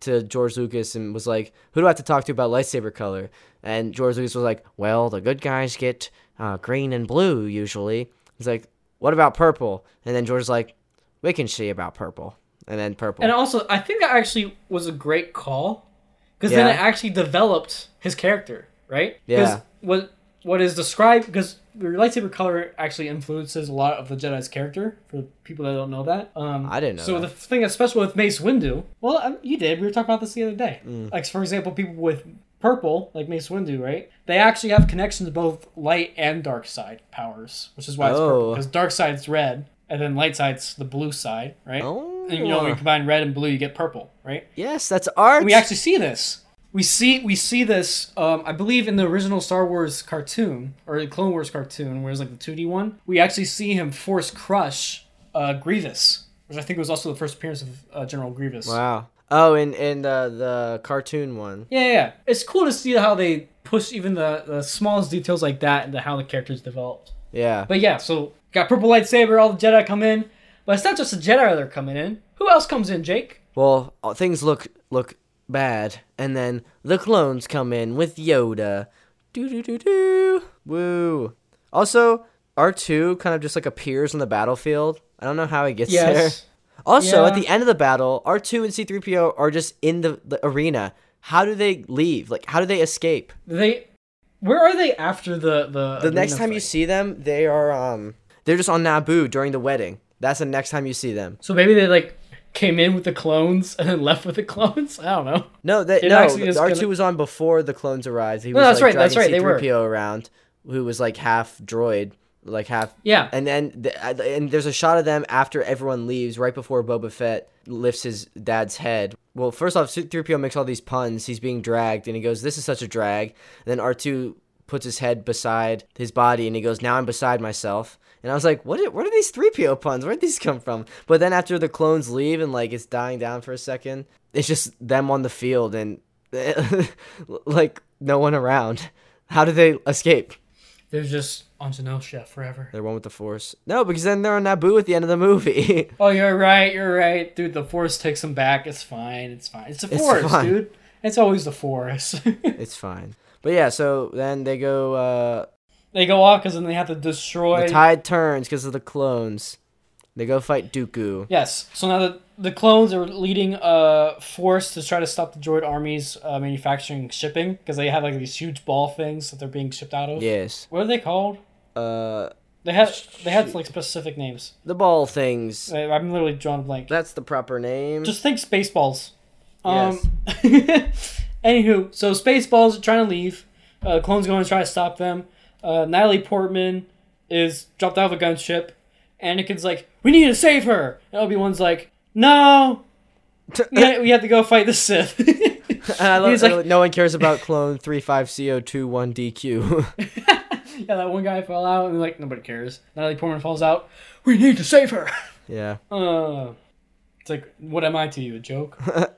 to George Lucas and was like, "Who do I have to talk to about lightsaber color?" And George Lucas was like, "Well, the good guys get uh, green and blue usually." He's like, what about purple? And then George's like, we can see about purple. And then purple. And uh, also, I think that actually was a great call because Yeah. then it actually developed his character, right? 'Cause Yeah. What what is described because the lightsaber color actually influences a lot of the Jedi's character. For people that don't know that, um, I didn't know So that. the thing that's special with Mace Windu, well, um, you did. We were talking about this the other day. Mm. Like for example, people with purple, like Mace Windu, right? They actually have connections to both light and dark side powers, which is why it's purple Oh. because dark side's red and then light side's the blue side, right? oh, And you know, when you combine red and blue, you get purple, right? yes, that's art. We actually see this. We see we see this. Um, I believe in the original Star Wars cartoon or the Clone Wars cartoon, where it's like the two D one. We actually see him force crush uh, Grievous, which I think was also the first appearance of uh, General Grievous. wow. Oh, and and uh, the cartoon one. Yeah, yeah, yeah. It's cool to see how they push even the, the smallest details like that into how the characters developed. Yeah. But yeah, so got purple lightsaber, all the Jedi come in, but it's not just the Jedi that are coming in. Who else comes in, Jake? Well, uh, things look look bad, and then the clones come in with Yoda. Do do do do. Woo. Also, R two kind of just like appears on the battlefield. I don't know how he gets there. Also, at Yeah. the end of the battle, R2 and C3PO are just in the, the arena. How do they leave? Like, how do they escape? They, where are they after the the? The next time you see them, they are um, they're just on Naboo during the wedding. That's the next time you see them. so maybe they like came in with the clones and then left with the clones. I don't know. No, that It no, actually is R2 gonna- was on before the clones arrived. He was that's right, like that's dragging right, they were. C3PO around, who was like half droid, like half. Yeah, And then the, uh, and there's a shot of them after everyone leaves, right before Boba Fett lifts his dad's head. Well, first off, 3PO makes all these puns. He's being dragged, and he goes, "This is such a drag." And then R2 puts his head beside his body, and he goes, "Now I'm beside myself." And I was like, "What? Are, what are these 3PO puns? Where would these come from?" But then after the clones leave, and like it's dying down for a second, it's just them on the field, and [laughs] like no one around. How do they escape? they're just on Janelle Chef forever. They're one with the Force. No, because then they're on Naboo at the end of the movie. [laughs] Oh, you're right. You're right, dude. The force takes them back. It's fine. It's fine. It's the It's force, fine. dude. It's always the force. it's fine. But yeah, so then they go. Uh, [laughs] they go off because then they have to destroy. the tide turns because of the clones. They go fight Dooku. Yes. So now the the clones are leading a force to try to stop the droid army's uh, manufacturing shipping because they have like these huge ball things that they're being shipped out of. Yes. What are they called? Uh, They had they had like specific names. the ball things. I- I'm literally drawn a blank. That's the proper name. [laughs] Just think Spaceballs. Um, [laughs] anywho, so Spaceballs are trying to leave. Uh, clones going to try to stop them. Uh, Natalie Portman is dropped out of a gunship. Anakin's like, "We need to save her," and Obi Wan's like, "No, we ha- we have to go fight the Sith." [laughs] and I love, he's like- no one cares about clone three five co two one dq yeah, that one guy fell out, and like nobody cares. Natalie Portman falls out. We need to save her. [laughs] [laughs] yeah. Uh, it's like, what am I to you, a [laughs] joke? The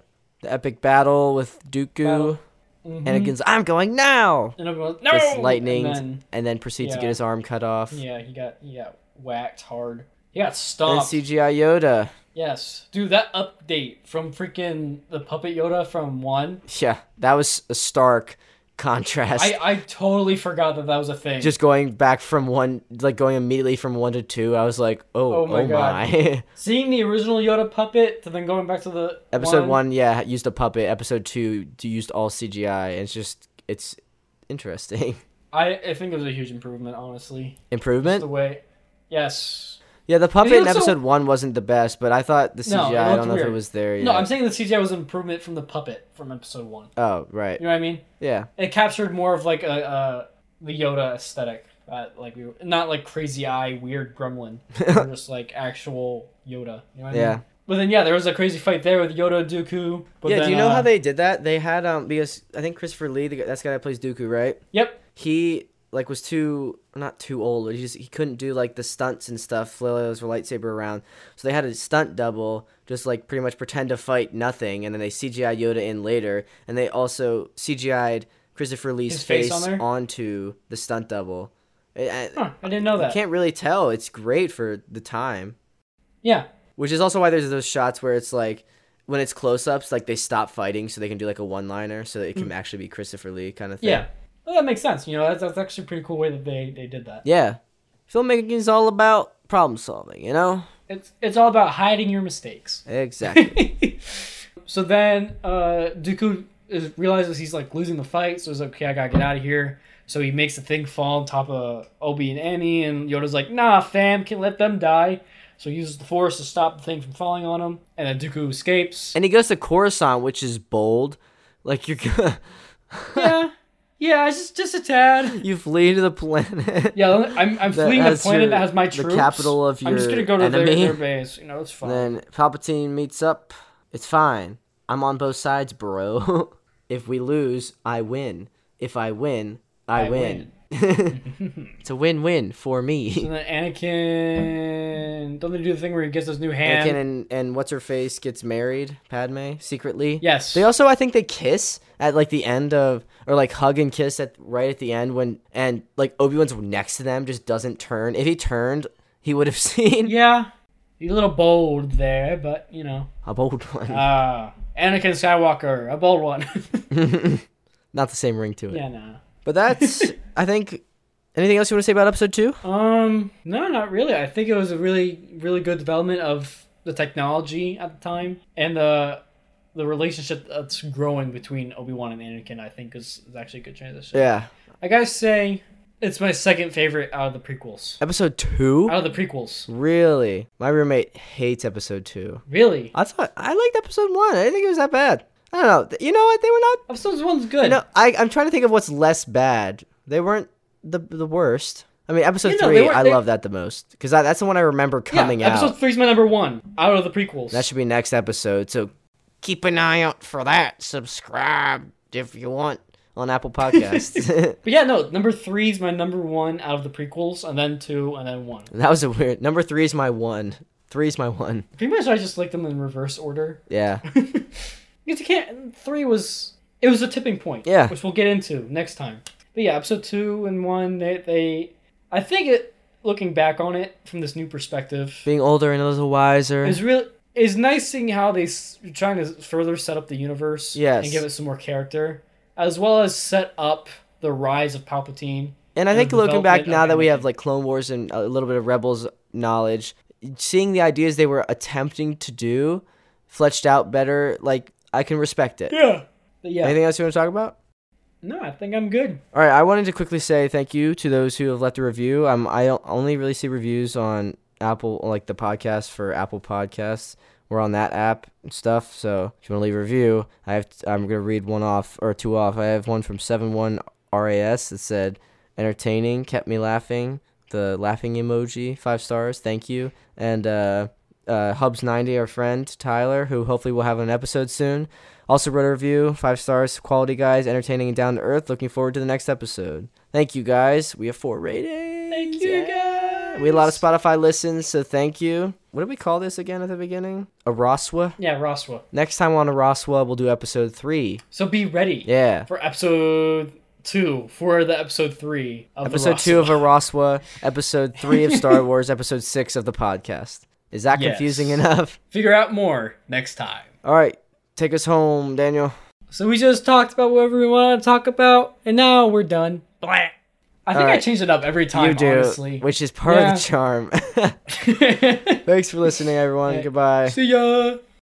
epic battle with Dooku. Battle. Anakin's, I'm going now! Mm-hmm. And Obi Wan's no. It's lightning, And and then- then, proceeds to Yeah. get his arm cut off. Yeah, he got he got whacked hard. He got And stomped. CGI Yoda. yes, dude, that update from freaking the puppet Yoda from one. Yeah, that was a stark contrast. I I totally forgot that that was a thing. just going back from one, like going immediately from one to two, I was like, oh, Oh oh my my. [laughs] God. Seeing the original Yoda puppet to then going back to the Episode one. yeah, used a puppet. Episode two d- used all CGI. It's just, it's interesting. [laughs] I I think it was a huge improvement, honestly. Improvement? The way, yes. yeah, the puppet It in looks so- episode one wasn't the best, but I thought the CGI, No, it I looked don't know if weird. it was there yet. No, I'm saying the CGI was an improvement from the puppet from episode one. oh, right. You know what I mean? Yeah. It captured more of like a, uh the Yoda aesthetic, uh, like we were, not like crazy eye weird [laughs] gremlin, or just like actual Yoda. You know what I Yeah. mean? But then yeah, there was a crazy fight there with Yoda and Dooku. But yeah, then, do you know uh, how they did that? They had, um, because I think Christopher Lee, the, guy- that's the guy that plays Dooku, right? Yep. he like was too not too old but he just he couldn't do like the stunts and stuff flails or lightsaber around so they had a stunt double just like pretty much pretend to fight nothing and then they cgi yoda in later and they also cgi'd christopher lee's His face face, on there? onto the stunt double I, I, Huh, I didn't know you that. can't really tell it's great for the time Yeah. which is also why there's those shots where it's like when it's close-ups like they stop fighting so they can do like a one-liner so that it can actually be christopher lee kind of thing Yeah. Well, that makes sense. You know, that's, that's actually a pretty cool way that they, they did that. yeah filmmaking is all about problem solving, you know? It's it's all about hiding your mistakes. [laughs] Exactly. so then uh, Dooku is, realizes he's like losing the fight, so he's like, "Okay, I gotta get out of here." So he makes the thing fall on top of Obi and Annie, and Yoda's like, "Nah, fam, can't let them die." So he uses the Force to stop the thing from falling on him, and then Dooku escapes. and he goes to Coruscant, which is bold. Like you're gonna, [laughs] [laughs] yeah, yeah, it's just just a tad. you flee to the planet. Yeah, I'm, I'm That fleeing a has planet your- that has my the troops. capital of I'm just your gonna go to their, enemy. their base. You know, it's fine. [laughs] [laughs] Then Palpatine meets up. It's fine. I'm on both sides, bro. [laughs] if we lose, I win. If I win, I, I win. [laughs] it's a win-win for me. And then Anakin, don't they do the thing where he gets his new hand? Anakin and, and what's her face gets married, Padme, secretly. Yes. They also, I think, they kiss at like the end of, or like hug and kiss at right at the end when, and like Obi Wan's next to them just doesn't turn. If he turned, he would have [laughs] seen Yeah, he's a little bold there, but you know, a bold one. uh, Anakin Skywalker, a bold one. [laughs] [laughs] Not the same ring to it. yeah, nah. But that's, I think, anything else you want to say about episode two? Um, no, not really. I think it was a really, really good development of the technology at the time and the the relationship that's growing between Obi Wan and Anakin. I think is, is actually a good transition. Yeah. I gotta say, it's my second favorite out of the prequels. Episode two? Out of the prequels, Really? My roommate hates episode two. really. I thought, I liked episode one. I didn't think it was that bad. I don't know. You know what? They were not, Episode one's good. you know, I, I'm trying to think of what's less bad. They weren't the the worst. I mean, episode You know, they three, weren't- I they- love that the most because that's the one I remember coming yeah, out. Episode three's my number one out of the prequels. That should be next episode. So keep an eye out for that. Subscribe if you want on [laughs] Apple Podcasts. [laughs] But yeah, no, number three is my number one out of the prequels, and then two, and then one. that was a weird number three is my one. Three is my one. Pretty much, I just like them in reverse order. [laughs] Yeah. Because you can't. Three was it was a tipping point. Yeah. which we'll get into next time. But yeah, episode two and one, they, they I think it looking back on it from this new perspective Being older and a little wiser. is really is nice seeing how they s- trying to further set up the universe. Yes. and give it some more character, as well as set up the rise of Palpatine. And I think the looking back development now of that we Anakin. have like Clone Wars and a little bit of Rebels knowledge, seeing the ideas they were attempting to do fleshed out better, like I can respect it. Yeah. But yeah. Anything else you want to talk about? No, I think I'm good. All right, I wanted to quickly say thank you to those who have left a review. Um, I o- only really see reviews on Apple, like the podcast for Apple Podcasts. We're on that app and stuff. So if you want to leave a review, I have t- I'm gonna read one off or two off. I have one from seven one RAS that said, "Entertaining, kept me laughing." The laughing emoji, five stars. Thank you. And uh, uh, Hubs ninety, our friend Tyler, who hopefully will have an episode soon. Also wrote a review, five stars, quality guys, entertaining and down to earth. Looking forward to the next episode. Thank you guys. We have four ratings. Thank you guys. We had a lot of Spotify listens, so thank you. What did we call this again at the beginning? A Roswa. Yeah, Roswa. Next time on a Roswa, we'll do episode three. So be ready Yeah. for episode two for the episode three of the Episode two Roswa. of a Roswa, episode three [laughs] of Star Wars, episode six of the podcast. Is that Yes. confusing enough? Figure out more next time. All right, take us home, Daniel. So we just talked about whatever we want to talk about, and now we're done. Blah. I think I right. change it up every time. you do, honestly. which is part Yeah. [laughs] of the charm. Thanks for listening, everyone. [laughs] Goodbye. See ya.